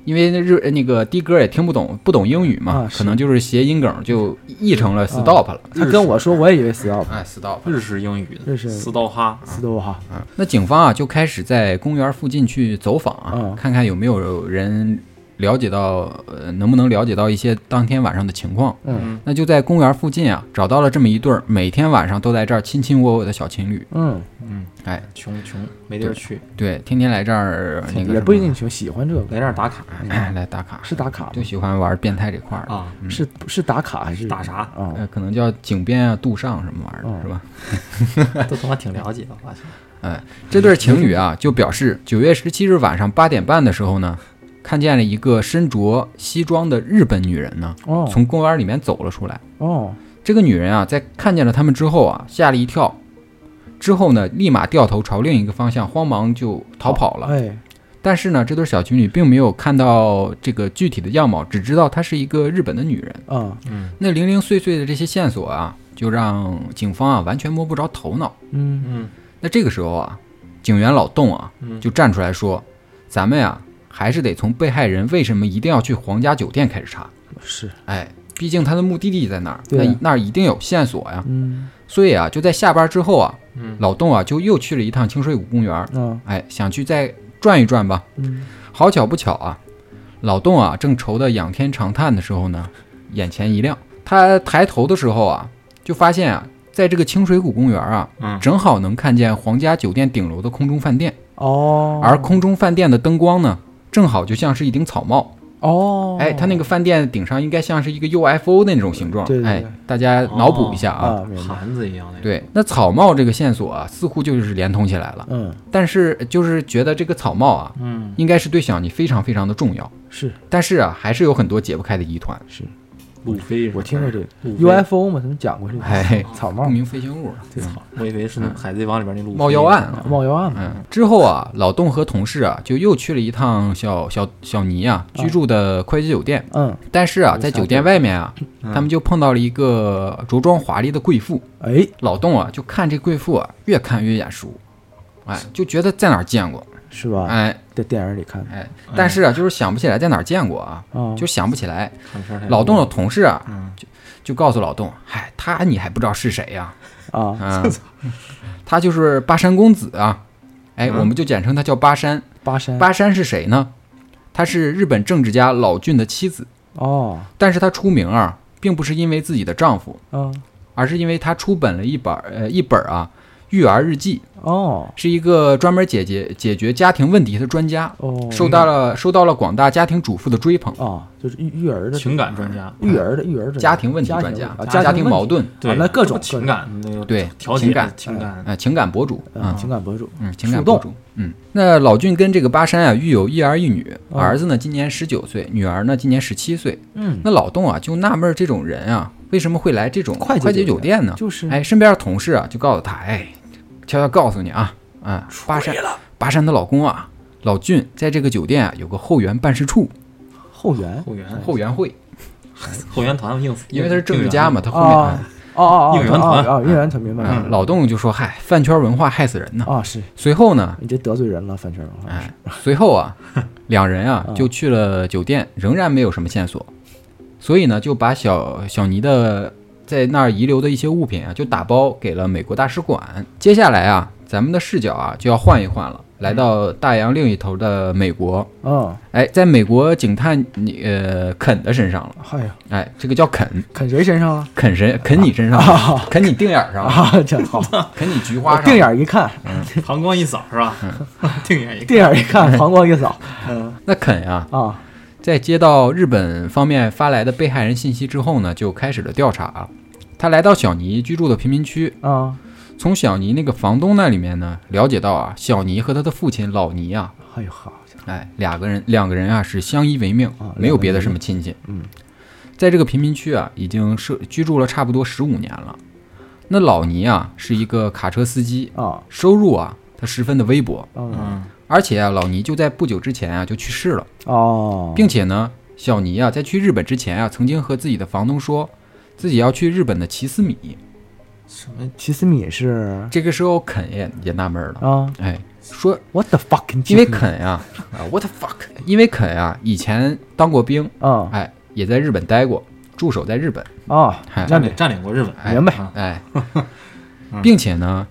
[SPEAKER 1] 因为那日那个的哥也听不懂，不懂英语嘛，
[SPEAKER 3] 啊是啊
[SPEAKER 1] 可能就是谐音梗就译成了 stop 了，
[SPEAKER 3] 他跟我说，我也以为 stop
[SPEAKER 1] 哎，stop。
[SPEAKER 2] 日式英语
[SPEAKER 3] 日
[SPEAKER 2] 的
[SPEAKER 3] 式
[SPEAKER 2] 斯刀哈，
[SPEAKER 3] stop 哈，
[SPEAKER 1] 那警方啊就开始在公园附近去走访啊，
[SPEAKER 3] 嗯
[SPEAKER 1] 看看有没有人了解到，呃，能不能了解到一些当天晚上的情况？
[SPEAKER 3] 嗯
[SPEAKER 2] 嗯
[SPEAKER 1] 那就在公园附近啊，找到了这么一对儿，每天晚上都在这儿卿卿我我的小情侣。
[SPEAKER 3] 嗯，
[SPEAKER 2] 嗯，
[SPEAKER 1] 哎，
[SPEAKER 2] 穷穷没地儿去，
[SPEAKER 1] 对，天天来这儿那个
[SPEAKER 3] 嗯也
[SPEAKER 1] 什
[SPEAKER 3] 不一
[SPEAKER 1] 么
[SPEAKER 3] 定穷，喜欢这个
[SPEAKER 2] 来这儿打卡
[SPEAKER 1] 哎来打卡，
[SPEAKER 3] 是打卡
[SPEAKER 1] 就
[SPEAKER 3] 吗？
[SPEAKER 1] 喜欢玩变态这块儿的。
[SPEAKER 2] 啊，
[SPEAKER 1] 嗯
[SPEAKER 3] 是是打卡还是
[SPEAKER 2] 打啥 [laughs]
[SPEAKER 3] 啊？
[SPEAKER 1] 呃，可能叫井边啊、杜上什么玩意儿的，
[SPEAKER 3] 嗯
[SPEAKER 1] 是吧？
[SPEAKER 2] 都他妈挺了解的，发现
[SPEAKER 1] 这对情侣啊，就表示九月十七日晚上八点半的时候呢，看见了一个身着西装的日本女人呢，
[SPEAKER 3] 哦
[SPEAKER 1] 从公园里面走了出来。
[SPEAKER 3] 哦，
[SPEAKER 1] 这个女人啊，在看见了他们之后啊，吓了一跳，之后呢，立马掉头朝另一个方向，慌忙就逃跑了。
[SPEAKER 3] 哎，
[SPEAKER 1] 但是呢，这对小情侣并没有看到这个具体的样貌，只知道她是一个日本的女人。
[SPEAKER 3] 啊，
[SPEAKER 2] 嗯
[SPEAKER 1] 那零零碎碎的这些线索啊，就让警方啊完全摸不着头脑。
[SPEAKER 3] 嗯
[SPEAKER 2] 嗯
[SPEAKER 1] 那这个时候啊，警员老洞啊
[SPEAKER 2] 嗯，
[SPEAKER 1] 就站出来说：“咱们呀、还是得从被害人为什么一定要去皇家酒店开始查。
[SPEAKER 3] 是，
[SPEAKER 1] 哎，毕竟他的目的地在那儿，
[SPEAKER 3] 对啊
[SPEAKER 1] 那那儿一定有线索呀。
[SPEAKER 3] 嗯
[SPEAKER 1] 所以啊，就在下班之后啊，
[SPEAKER 2] 嗯
[SPEAKER 1] 老洞啊就又去了一趟清水谷公园，
[SPEAKER 3] 啊
[SPEAKER 1] 哎，想去再转一转吧。
[SPEAKER 3] 嗯，
[SPEAKER 1] 好巧不巧啊，老洞啊正愁得仰天长叹的时候呢，眼前一亮，他抬头的时候啊，就发现啊，在这个清水谷公园啊，
[SPEAKER 2] 嗯
[SPEAKER 1] 正好能看见皇家酒店顶楼的空中饭店，
[SPEAKER 3] 哦，
[SPEAKER 1] 而空中饭店的灯光呢，正好就像是一顶草帽。
[SPEAKER 3] 哦，
[SPEAKER 1] 哎，它那个饭店顶上应该像是一个 UFO 的那种形状。
[SPEAKER 3] 对对对
[SPEAKER 1] 哎，大家脑补一下啊。
[SPEAKER 3] 啊，明白，
[SPEAKER 2] 盘子一样那个，
[SPEAKER 1] 对，那草帽这个线索啊，似乎就是连通起来了。
[SPEAKER 3] 嗯，
[SPEAKER 1] 但是就是觉得这个草帽啊，
[SPEAKER 2] 嗯
[SPEAKER 1] 应该是对小尼非常非常的重要。
[SPEAKER 3] 是
[SPEAKER 1] 但是啊，还是有很多解不开的疑团。
[SPEAKER 3] 是，
[SPEAKER 2] 路飞
[SPEAKER 3] 我听过这个
[SPEAKER 2] 路飞
[SPEAKER 3] UFO 嘛，咱们讲过这个
[SPEAKER 1] 哎，
[SPEAKER 3] 草
[SPEAKER 1] 不
[SPEAKER 3] 帽
[SPEAKER 1] 明飞行物，
[SPEAKER 2] 这操，我以为是那海贼王里边那路飞
[SPEAKER 1] 猫妖嗯案啊。
[SPEAKER 3] 冒妖案嘛，
[SPEAKER 1] 嗯，之后啊，老洞和同事啊，就又去了一趟小小小尼啊
[SPEAKER 3] 哦
[SPEAKER 1] 居住的快捷酒店。
[SPEAKER 3] 嗯，
[SPEAKER 1] 但是啊，在酒店外面啊，
[SPEAKER 2] 嗯
[SPEAKER 1] 他们就碰到了一个着装华丽的贵妇。
[SPEAKER 3] 哎，
[SPEAKER 1] 老洞啊，就看这贵妇啊，越看越眼熟，哎，就觉得在哪儿见过，
[SPEAKER 3] 是
[SPEAKER 2] 啊
[SPEAKER 3] 吧？
[SPEAKER 1] 哎
[SPEAKER 3] 在电影里看的
[SPEAKER 1] 哎，但是啊，就是想不起来在哪儿见过啊，
[SPEAKER 3] 啊，
[SPEAKER 1] 就想不起来。
[SPEAKER 2] 看片儿太多
[SPEAKER 1] 老洞的同事啊，
[SPEAKER 2] 哦哎嗯
[SPEAKER 1] 就告诉老洞，嗨，他你还不知道是谁呀、
[SPEAKER 2] 哦
[SPEAKER 3] 啊，
[SPEAKER 1] 嗯， [laughs] 他就是巴山公子啊，哎，
[SPEAKER 2] 嗯
[SPEAKER 1] 我们就简称他叫巴山。
[SPEAKER 3] 巴山
[SPEAKER 1] 巴山是谁呢？他是日本政治家老俊的妻子，
[SPEAKER 3] 哦，
[SPEAKER 1] 但是他出名啊，并不是因为自己的丈夫，
[SPEAKER 3] 嗯
[SPEAKER 1] 而是因为他出本了一本儿呃一本儿啊育儿日记，
[SPEAKER 3] 哦
[SPEAKER 1] 是一个专门解决解决家庭问题的专家，
[SPEAKER 3] 哦，
[SPEAKER 1] 受到了受到了广大家庭主妇的追捧，
[SPEAKER 3] 啊，就是育育儿的
[SPEAKER 2] 情感专家，哎
[SPEAKER 3] 育儿的育儿的
[SPEAKER 1] 家庭问题专
[SPEAKER 3] 家
[SPEAKER 1] 家，
[SPEAKER 3] 啊
[SPEAKER 1] 家
[SPEAKER 3] 庭
[SPEAKER 1] 庭
[SPEAKER 3] 问
[SPEAKER 1] 矛
[SPEAKER 3] 题
[SPEAKER 1] 盾，
[SPEAKER 2] 对，
[SPEAKER 3] 那各种
[SPEAKER 2] 情感那个
[SPEAKER 1] 对
[SPEAKER 2] 哦调节
[SPEAKER 1] 情感
[SPEAKER 2] 情感，
[SPEAKER 1] 呃，情感博主，嗯
[SPEAKER 3] 嗯，情感博主
[SPEAKER 1] 嗯，情感
[SPEAKER 3] 树
[SPEAKER 1] 博
[SPEAKER 3] 洞
[SPEAKER 1] 主，嗯。那老俊跟这个巴山啊育有一儿一女，
[SPEAKER 3] 哦
[SPEAKER 1] 儿子呢今年十九岁，女儿呢今年十七岁。
[SPEAKER 3] 嗯，
[SPEAKER 1] 那老洞啊就纳闷儿这种人啊为什么会来这种
[SPEAKER 3] 快捷
[SPEAKER 1] 快捷
[SPEAKER 3] 酒
[SPEAKER 1] 酒店呢？
[SPEAKER 3] 就是
[SPEAKER 1] 哎，身边的同事啊就告诉他，哎，悄悄告诉你啊，啊，巴山巴山的老公啊，老俊在这个酒店啊有个后援办事处，
[SPEAKER 3] 后援
[SPEAKER 2] 后援
[SPEAKER 1] 后援会，
[SPEAKER 2] 后援团应付，
[SPEAKER 1] 因为他是政治家嘛，他后面、啊
[SPEAKER 3] 哦哦哦哦，
[SPEAKER 2] 应援团
[SPEAKER 3] 啊，应援团明白
[SPEAKER 1] 嗯
[SPEAKER 3] 了
[SPEAKER 1] 老洞就说，嗨，饭圈文化害死人呢。
[SPEAKER 3] [laughs] 啊，是
[SPEAKER 1] 随后呢，
[SPEAKER 3] 你这得罪人了，范圈文化
[SPEAKER 1] 哎，随后
[SPEAKER 3] [laughs]
[SPEAKER 1] 啊，两人啊
[SPEAKER 3] 嗯
[SPEAKER 1] 就去了酒店，仍然没有什么线索，所以呢就把小小尼的在那儿遗留的一些物品啊就打包给了美国大使馆。接下来啊，咱们的视角啊就要换一换了，来到大洋另一头的美国。
[SPEAKER 3] 嗯，
[SPEAKER 1] 哎，在美国警探你呃肯的身上了，
[SPEAKER 3] 哎呀，
[SPEAKER 1] 哎，这个叫肯
[SPEAKER 3] 啃谁身上了？
[SPEAKER 1] 肯神肯你身上了，肯你腚眼儿上了，
[SPEAKER 3] [laughs] 啊，这好，哎
[SPEAKER 1] 肯你菊花
[SPEAKER 3] 我
[SPEAKER 1] 上了，
[SPEAKER 3] 定眼儿一看，
[SPEAKER 2] 膀胱一扫是吧？
[SPEAKER 1] 嗯
[SPEAKER 2] [laughs] 定眼一看，
[SPEAKER 3] 定眼儿一看，膀胱一扫
[SPEAKER 2] 嗯
[SPEAKER 1] 那肯啊，
[SPEAKER 3] 啊，
[SPEAKER 1] 在接到日本方面发来的被害人信息之后呢，就开始了调查。啊他来到小尼居住的贫民区，
[SPEAKER 3] 啊，
[SPEAKER 1] 从小尼那个房东那里面呢，了解到啊，小尼和他的父亲老尼啊，
[SPEAKER 3] 哎呦好家
[SPEAKER 1] 哎，两个人两个人啊是相依为命
[SPEAKER 3] 啊，
[SPEAKER 1] 没有别的什么亲戚。
[SPEAKER 3] 嗯，
[SPEAKER 1] 在这个贫民区啊，已经是居住了差不多十五年了。那老尼啊是一个卡车司机，
[SPEAKER 3] 伙啊，
[SPEAKER 1] 收入啊他十分的微薄，
[SPEAKER 3] 嗯
[SPEAKER 2] 嗯
[SPEAKER 1] 而且啊老尼就在不久之前啊就去世了。
[SPEAKER 3] 哦，
[SPEAKER 1] 并且呢，小尼啊，在去日本之前啊，曾经和自己的房东说，自己要去日本的奇思米。
[SPEAKER 2] 什么
[SPEAKER 3] 奇思米是
[SPEAKER 1] 这个时候，肯也也纳闷了，
[SPEAKER 3] 啊
[SPEAKER 1] 哎，说
[SPEAKER 3] ，what the fucking，
[SPEAKER 1] 因为肯呀、啊，w h a t the fuck，因为肯啊，以前当过兵，
[SPEAKER 3] 啊
[SPEAKER 1] 哎，也在日本待过，驻守在日本，
[SPEAKER 3] 啊
[SPEAKER 1] 哎，
[SPEAKER 3] 让
[SPEAKER 2] 占
[SPEAKER 3] 你 [laughs]
[SPEAKER 2] 领占领过日本？
[SPEAKER 1] 哎
[SPEAKER 3] 明白
[SPEAKER 2] 啊
[SPEAKER 1] 哎
[SPEAKER 2] 嗯，
[SPEAKER 1] 并且呢，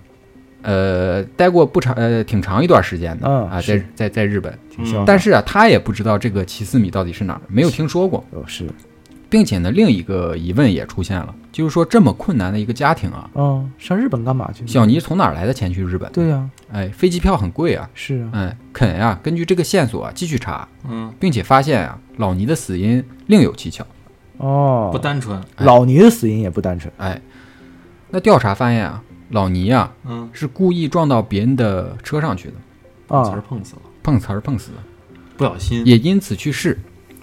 [SPEAKER 1] 呃，待过不长呃挺长一段时间的
[SPEAKER 3] 嗯
[SPEAKER 1] 啊，在
[SPEAKER 3] 是嗯
[SPEAKER 1] 在在日本，
[SPEAKER 2] 嗯
[SPEAKER 3] 挺像。
[SPEAKER 1] 但是啊，他也不知道这个奇思米到底是哪儿，没有听说过，
[SPEAKER 3] 哦是，
[SPEAKER 1] 并且呢，另一个疑问也出现了，就是说这么困难的一个家庭啊，
[SPEAKER 3] 嗯，上日本干嘛去呢？
[SPEAKER 1] 小尼从哪儿来的钱去日本？
[SPEAKER 3] 对呀，
[SPEAKER 1] 哎，飞机票很贵啊，
[SPEAKER 3] 是啊，
[SPEAKER 1] 哎，肯啊，根据这个线索啊继续查，
[SPEAKER 2] 嗯，
[SPEAKER 1] 并且发现啊，老尼的死因另有蹊跷。
[SPEAKER 3] 哦，
[SPEAKER 2] 不单纯，
[SPEAKER 3] 老尼的死因也不单纯，
[SPEAKER 1] 哎，那调查发现啊，老尼啊
[SPEAKER 2] 嗯，
[SPEAKER 1] 是故意撞到别人的车上去的，
[SPEAKER 2] 词儿
[SPEAKER 3] 啊，
[SPEAKER 2] 碰死了，
[SPEAKER 1] 碰瓷儿碰死的，
[SPEAKER 2] 不小心。
[SPEAKER 1] 也因此去世。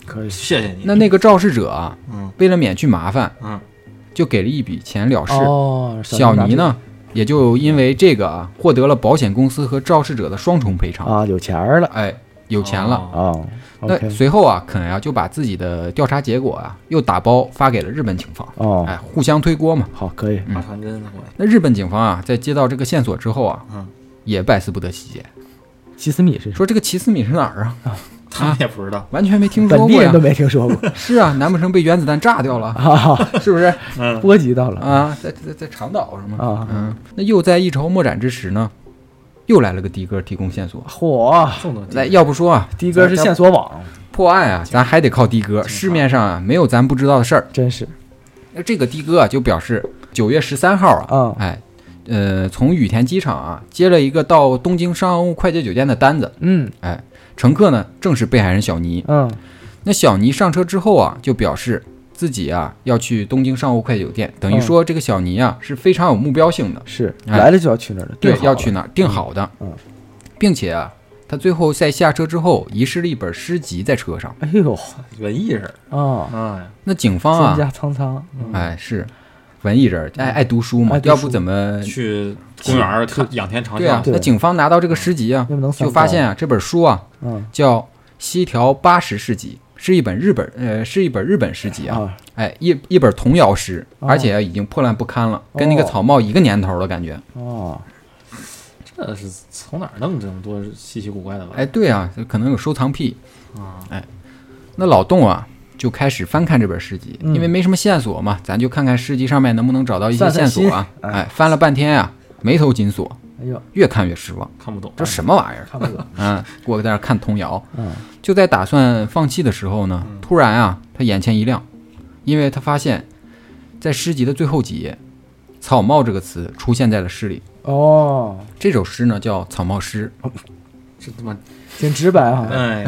[SPEAKER 3] 可以
[SPEAKER 2] 谢谢你。
[SPEAKER 1] 那那个肇事者啊，
[SPEAKER 2] 嗯
[SPEAKER 1] 为了免去麻烦，
[SPEAKER 2] 嗯，
[SPEAKER 1] 就给了一笔钱了事。
[SPEAKER 3] 哦，
[SPEAKER 1] 小尼
[SPEAKER 3] 尼
[SPEAKER 1] 呢，也就因为这个啊，获得了保险公司和肇事者的双重赔偿。
[SPEAKER 3] 啊，有钱儿了
[SPEAKER 1] 哎，有钱了。
[SPEAKER 2] 哦
[SPEAKER 3] 啊
[SPEAKER 1] 那
[SPEAKER 3] ，OK，
[SPEAKER 1] 随后啊，肯啊就把自己的调查结果啊又打包发给了日本警方，
[SPEAKER 3] 哦，
[SPEAKER 1] 哎，互相推锅嘛。
[SPEAKER 3] 好，可以，
[SPEAKER 1] 嗯
[SPEAKER 2] 打传真的我，
[SPEAKER 1] 那日本警方啊，在接到这个线索之后啊，
[SPEAKER 2] 嗯，
[SPEAKER 1] 也百思不得其解，
[SPEAKER 3] 西斯米是谁？
[SPEAKER 1] 说这个奇斯米是哪儿啊？
[SPEAKER 2] 他们也不知道。
[SPEAKER 1] 完全没听
[SPEAKER 3] 本
[SPEAKER 1] 说
[SPEAKER 3] 地
[SPEAKER 1] 过呀
[SPEAKER 3] 人都。没听说
[SPEAKER 1] [laughs]
[SPEAKER 3] 过
[SPEAKER 1] 是啊，难不成被原子弹炸掉
[SPEAKER 3] [laughs]
[SPEAKER 1] 了？
[SPEAKER 3] 啊，
[SPEAKER 1] 是不是？
[SPEAKER 2] 嗯
[SPEAKER 3] 波及到了
[SPEAKER 1] 啊，在在在长岛是吗？
[SPEAKER 3] 啊，
[SPEAKER 1] 嗯，那又在一筹莫展之时呢，又来了个的哥提供线索。
[SPEAKER 3] 嚯，
[SPEAKER 2] 这么多地
[SPEAKER 1] 来，要不说啊，
[SPEAKER 3] 的哥是线索网，
[SPEAKER 1] 破案啊，咱还得靠的哥。
[SPEAKER 2] 警察
[SPEAKER 1] 市面上啊，没有咱不知道的事儿。
[SPEAKER 3] 真是
[SPEAKER 1] 那这个的哥啊，就表示九月十三号啊，
[SPEAKER 3] 啊，
[SPEAKER 1] 哎，呃，从羽田机场啊接了一个到东京商务快捷酒店的单子，
[SPEAKER 3] 嗯
[SPEAKER 1] 哎，乘客呢正是被害人小尼。
[SPEAKER 3] 嗯
[SPEAKER 1] 那小尼上车之后啊，就表示自己啊要去东京商务快捷酒店，等于
[SPEAKER 3] 嗯
[SPEAKER 1] 说这个小尼啊是非常有目标性的，
[SPEAKER 3] 是
[SPEAKER 1] 哎
[SPEAKER 3] 来了就要去那儿的，
[SPEAKER 1] 对
[SPEAKER 3] 定，好
[SPEAKER 1] 要
[SPEAKER 3] 了
[SPEAKER 1] 去，哪儿定好的
[SPEAKER 3] 嗯嗯，
[SPEAKER 1] 并且啊，他最后在下车之后遗失了一本诗集在车上。
[SPEAKER 3] 哎呦
[SPEAKER 2] 文艺人，
[SPEAKER 3] 啊，
[SPEAKER 2] 哎，
[SPEAKER 1] 那警方
[SPEAKER 3] 蒹
[SPEAKER 1] 啊，
[SPEAKER 3] 葭苍苍，嗯
[SPEAKER 1] 哎，是文艺人，爱爱读书嘛
[SPEAKER 3] 爱，读书
[SPEAKER 1] 要不怎么
[SPEAKER 2] 去公园儿看仰天长
[SPEAKER 1] 嗯对啊
[SPEAKER 2] 啸？，
[SPEAKER 3] 对
[SPEAKER 1] 那警方拿到这个诗集啊
[SPEAKER 3] 要，不能
[SPEAKER 1] 就
[SPEAKER 3] 三
[SPEAKER 1] 发
[SPEAKER 3] 高
[SPEAKER 1] 现啊，这本书啊
[SPEAKER 3] 嗯
[SPEAKER 1] 叫《西条八十世纪》，是一本日本呃，是一本日本诗集啊，
[SPEAKER 3] 啊，
[SPEAKER 1] 哎，一一本童谣诗，
[SPEAKER 3] 哦
[SPEAKER 1] 而且已经破烂不堪了，跟那个
[SPEAKER 3] 哦
[SPEAKER 1] 草帽一个年头了，感觉。
[SPEAKER 3] 哦，
[SPEAKER 2] 这是从哪儿弄这么多稀奇古怪的玩意
[SPEAKER 1] 哎，对啊，可能有收藏癖。哎
[SPEAKER 2] 儿啊？
[SPEAKER 1] 那老洞啊，就开始翻看这本诗集，
[SPEAKER 3] 嗯
[SPEAKER 1] 因为没什么线索嘛，咱就看看诗集上面能不能找到一些
[SPEAKER 3] 散散
[SPEAKER 1] 线索啊。
[SPEAKER 3] 心
[SPEAKER 1] 哎，翻了半天啊，眉头紧锁，
[SPEAKER 3] 哎呦，
[SPEAKER 1] 越看越失望，
[SPEAKER 2] 看不懂，啊
[SPEAKER 1] 这什么玩意儿？
[SPEAKER 3] 看不懂，
[SPEAKER 1] 嗯，我在那儿看童谣。
[SPEAKER 3] 嗯，
[SPEAKER 1] 就在打算放弃的时候呢，突然啊，他眼前一亮，因为他发现，在诗集的最后几页，“草帽”这个词出现在了诗里。
[SPEAKER 3] 哦，
[SPEAKER 1] 这首诗呢叫《草帽诗
[SPEAKER 2] 这他妈
[SPEAKER 3] 挺直白啊哈，
[SPEAKER 2] 哎，》，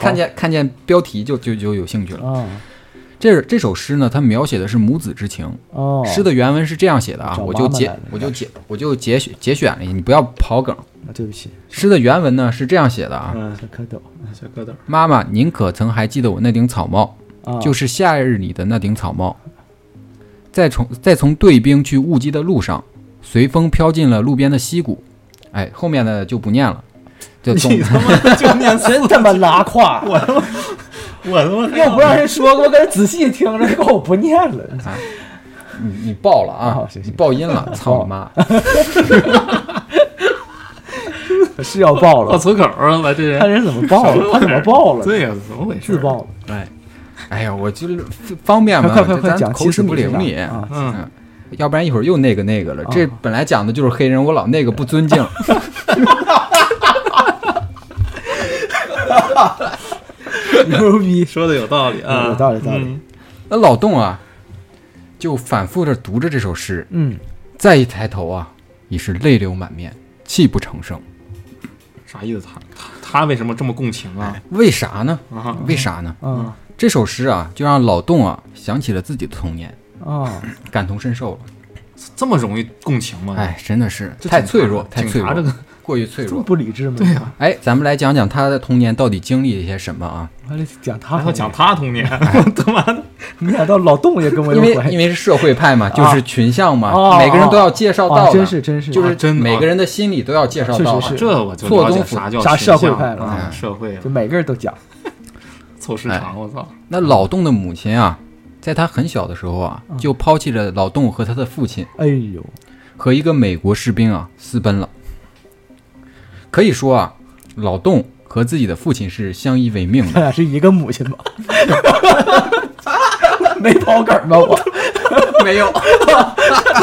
[SPEAKER 1] 看见看见标题就就就有兴趣了。
[SPEAKER 3] 啊
[SPEAKER 1] 这这首诗呢，它描写的是母子之情。
[SPEAKER 3] 哦，
[SPEAKER 1] 诗的原文是这样写的啊，
[SPEAKER 3] 找
[SPEAKER 1] 我就
[SPEAKER 3] 妈妈
[SPEAKER 1] 节
[SPEAKER 3] 来了
[SPEAKER 1] 我就节我就节选节选了一下，你不要刨梗。
[SPEAKER 3] 啊，对不起，
[SPEAKER 1] 诗的原文呢是这样写的啊，
[SPEAKER 2] 嗯，
[SPEAKER 3] 小蝌蚪
[SPEAKER 2] 小蝌蚪，
[SPEAKER 1] 妈妈，您可曾还记得我那顶草帽？
[SPEAKER 3] 啊，
[SPEAKER 1] 就是夏日里的那顶草帽。再从再从队兵去雾机的路上，随风飘进了路边的溪谷。哎，后面的就不念了，就总
[SPEAKER 2] 你他妈就念
[SPEAKER 3] 真他妈拉胯，
[SPEAKER 2] 我他妈
[SPEAKER 3] 要不让人说，我搁这仔细听着，给我不念了。
[SPEAKER 1] [laughs] 你你爆了
[SPEAKER 3] 好
[SPEAKER 1] 啊！
[SPEAKER 3] 谢谢
[SPEAKER 1] 你爆音了，操你妈！
[SPEAKER 3] 是要爆
[SPEAKER 2] 爆
[SPEAKER 3] 了，
[SPEAKER 2] 粗口了吧？这人
[SPEAKER 3] 看人怎么爆了，他怎么爆了？
[SPEAKER 2] 对呀，怎么回事？
[SPEAKER 3] 自爆了，
[SPEAKER 1] 哎，哎呀，我就是方便嘛，
[SPEAKER 3] 快快快
[SPEAKER 1] 这
[SPEAKER 3] 快
[SPEAKER 1] 咱
[SPEAKER 3] 讲
[SPEAKER 1] 口齿不
[SPEAKER 3] 70
[SPEAKER 1] 流利
[SPEAKER 3] 啊
[SPEAKER 2] 嗯，
[SPEAKER 1] 要不然一会儿又那个那个了。
[SPEAKER 3] 啊
[SPEAKER 1] 这本来讲的就是黑人，我老那个不尊
[SPEAKER 3] [laughs]
[SPEAKER 1] 敬。
[SPEAKER 3] 牛逼！
[SPEAKER 2] 说的有道理啊，
[SPEAKER 3] 有道理道理
[SPEAKER 2] 嗯。
[SPEAKER 1] 那老洞啊，就反复着读着这首诗，
[SPEAKER 3] 嗯，
[SPEAKER 1] 再一抬头啊，已是泪流满面，泣不成声。
[SPEAKER 2] 啥意思？他他他为什么这么共情啊？
[SPEAKER 1] 为啥呢？
[SPEAKER 2] 啊，
[SPEAKER 1] 为啥呢？
[SPEAKER 3] 啊
[SPEAKER 1] 这首诗啊，就让老洞啊想起了自己的童年，
[SPEAKER 2] [laughs]
[SPEAKER 3] 啊，
[SPEAKER 1] 感同身受了。
[SPEAKER 2] 这么容易共情
[SPEAKER 3] 嗯
[SPEAKER 2] 吗？
[SPEAKER 1] 哎，真的是
[SPEAKER 2] 这警察，
[SPEAKER 1] 太脆弱，太脆
[SPEAKER 2] 警察这
[SPEAKER 1] 弱，
[SPEAKER 2] 个
[SPEAKER 1] 过于脆
[SPEAKER 3] 这么
[SPEAKER 1] 弱。
[SPEAKER 3] 不理智吗？对呀，
[SPEAKER 1] 哎，咱们来讲讲他的童年到底经历了些什么啊？
[SPEAKER 3] 还得讲他
[SPEAKER 2] 还要
[SPEAKER 3] 童年，
[SPEAKER 2] 讲他童年，我他妈的，
[SPEAKER 3] 没想到老洞也跟我
[SPEAKER 1] 因
[SPEAKER 3] 有
[SPEAKER 1] 为
[SPEAKER 3] 关
[SPEAKER 1] 因
[SPEAKER 3] 系
[SPEAKER 1] 为是社会派嘛，就是群像嘛，
[SPEAKER 3] 哦
[SPEAKER 1] 每个人都要介绍到
[SPEAKER 3] 啊！
[SPEAKER 1] 的，
[SPEAKER 3] 真是真是，
[SPEAKER 1] 就
[SPEAKER 2] 啊
[SPEAKER 1] 是
[SPEAKER 2] 真的啊
[SPEAKER 1] 每个人的心理都要介绍
[SPEAKER 3] 确实
[SPEAKER 1] 到
[SPEAKER 3] 是
[SPEAKER 1] 的。
[SPEAKER 2] 啊这我就
[SPEAKER 1] 错
[SPEAKER 2] 了解
[SPEAKER 1] 综
[SPEAKER 2] 啥叫
[SPEAKER 3] 啥
[SPEAKER 2] 群像
[SPEAKER 3] 社会派了
[SPEAKER 2] 啊，
[SPEAKER 1] 嗯
[SPEAKER 2] 社会啊
[SPEAKER 3] 就每个人都讲
[SPEAKER 2] 凑时
[SPEAKER 1] 哎
[SPEAKER 2] 长，我操，
[SPEAKER 1] 那老洞的母亲啊，在他很小的时候啊，
[SPEAKER 3] 嗯
[SPEAKER 1] 就抛弃了老洞和他的父亲，
[SPEAKER 3] 哎呦，
[SPEAKER 1] 和一个美国士兵啊私奔了。可以说啊，老洞和自己的父亲是相依为命的。
[SPEAKER 3] [laughs] 他哎俩是一个母亲吧？没跑梗吧？我
[SPEAKER 1] 没有，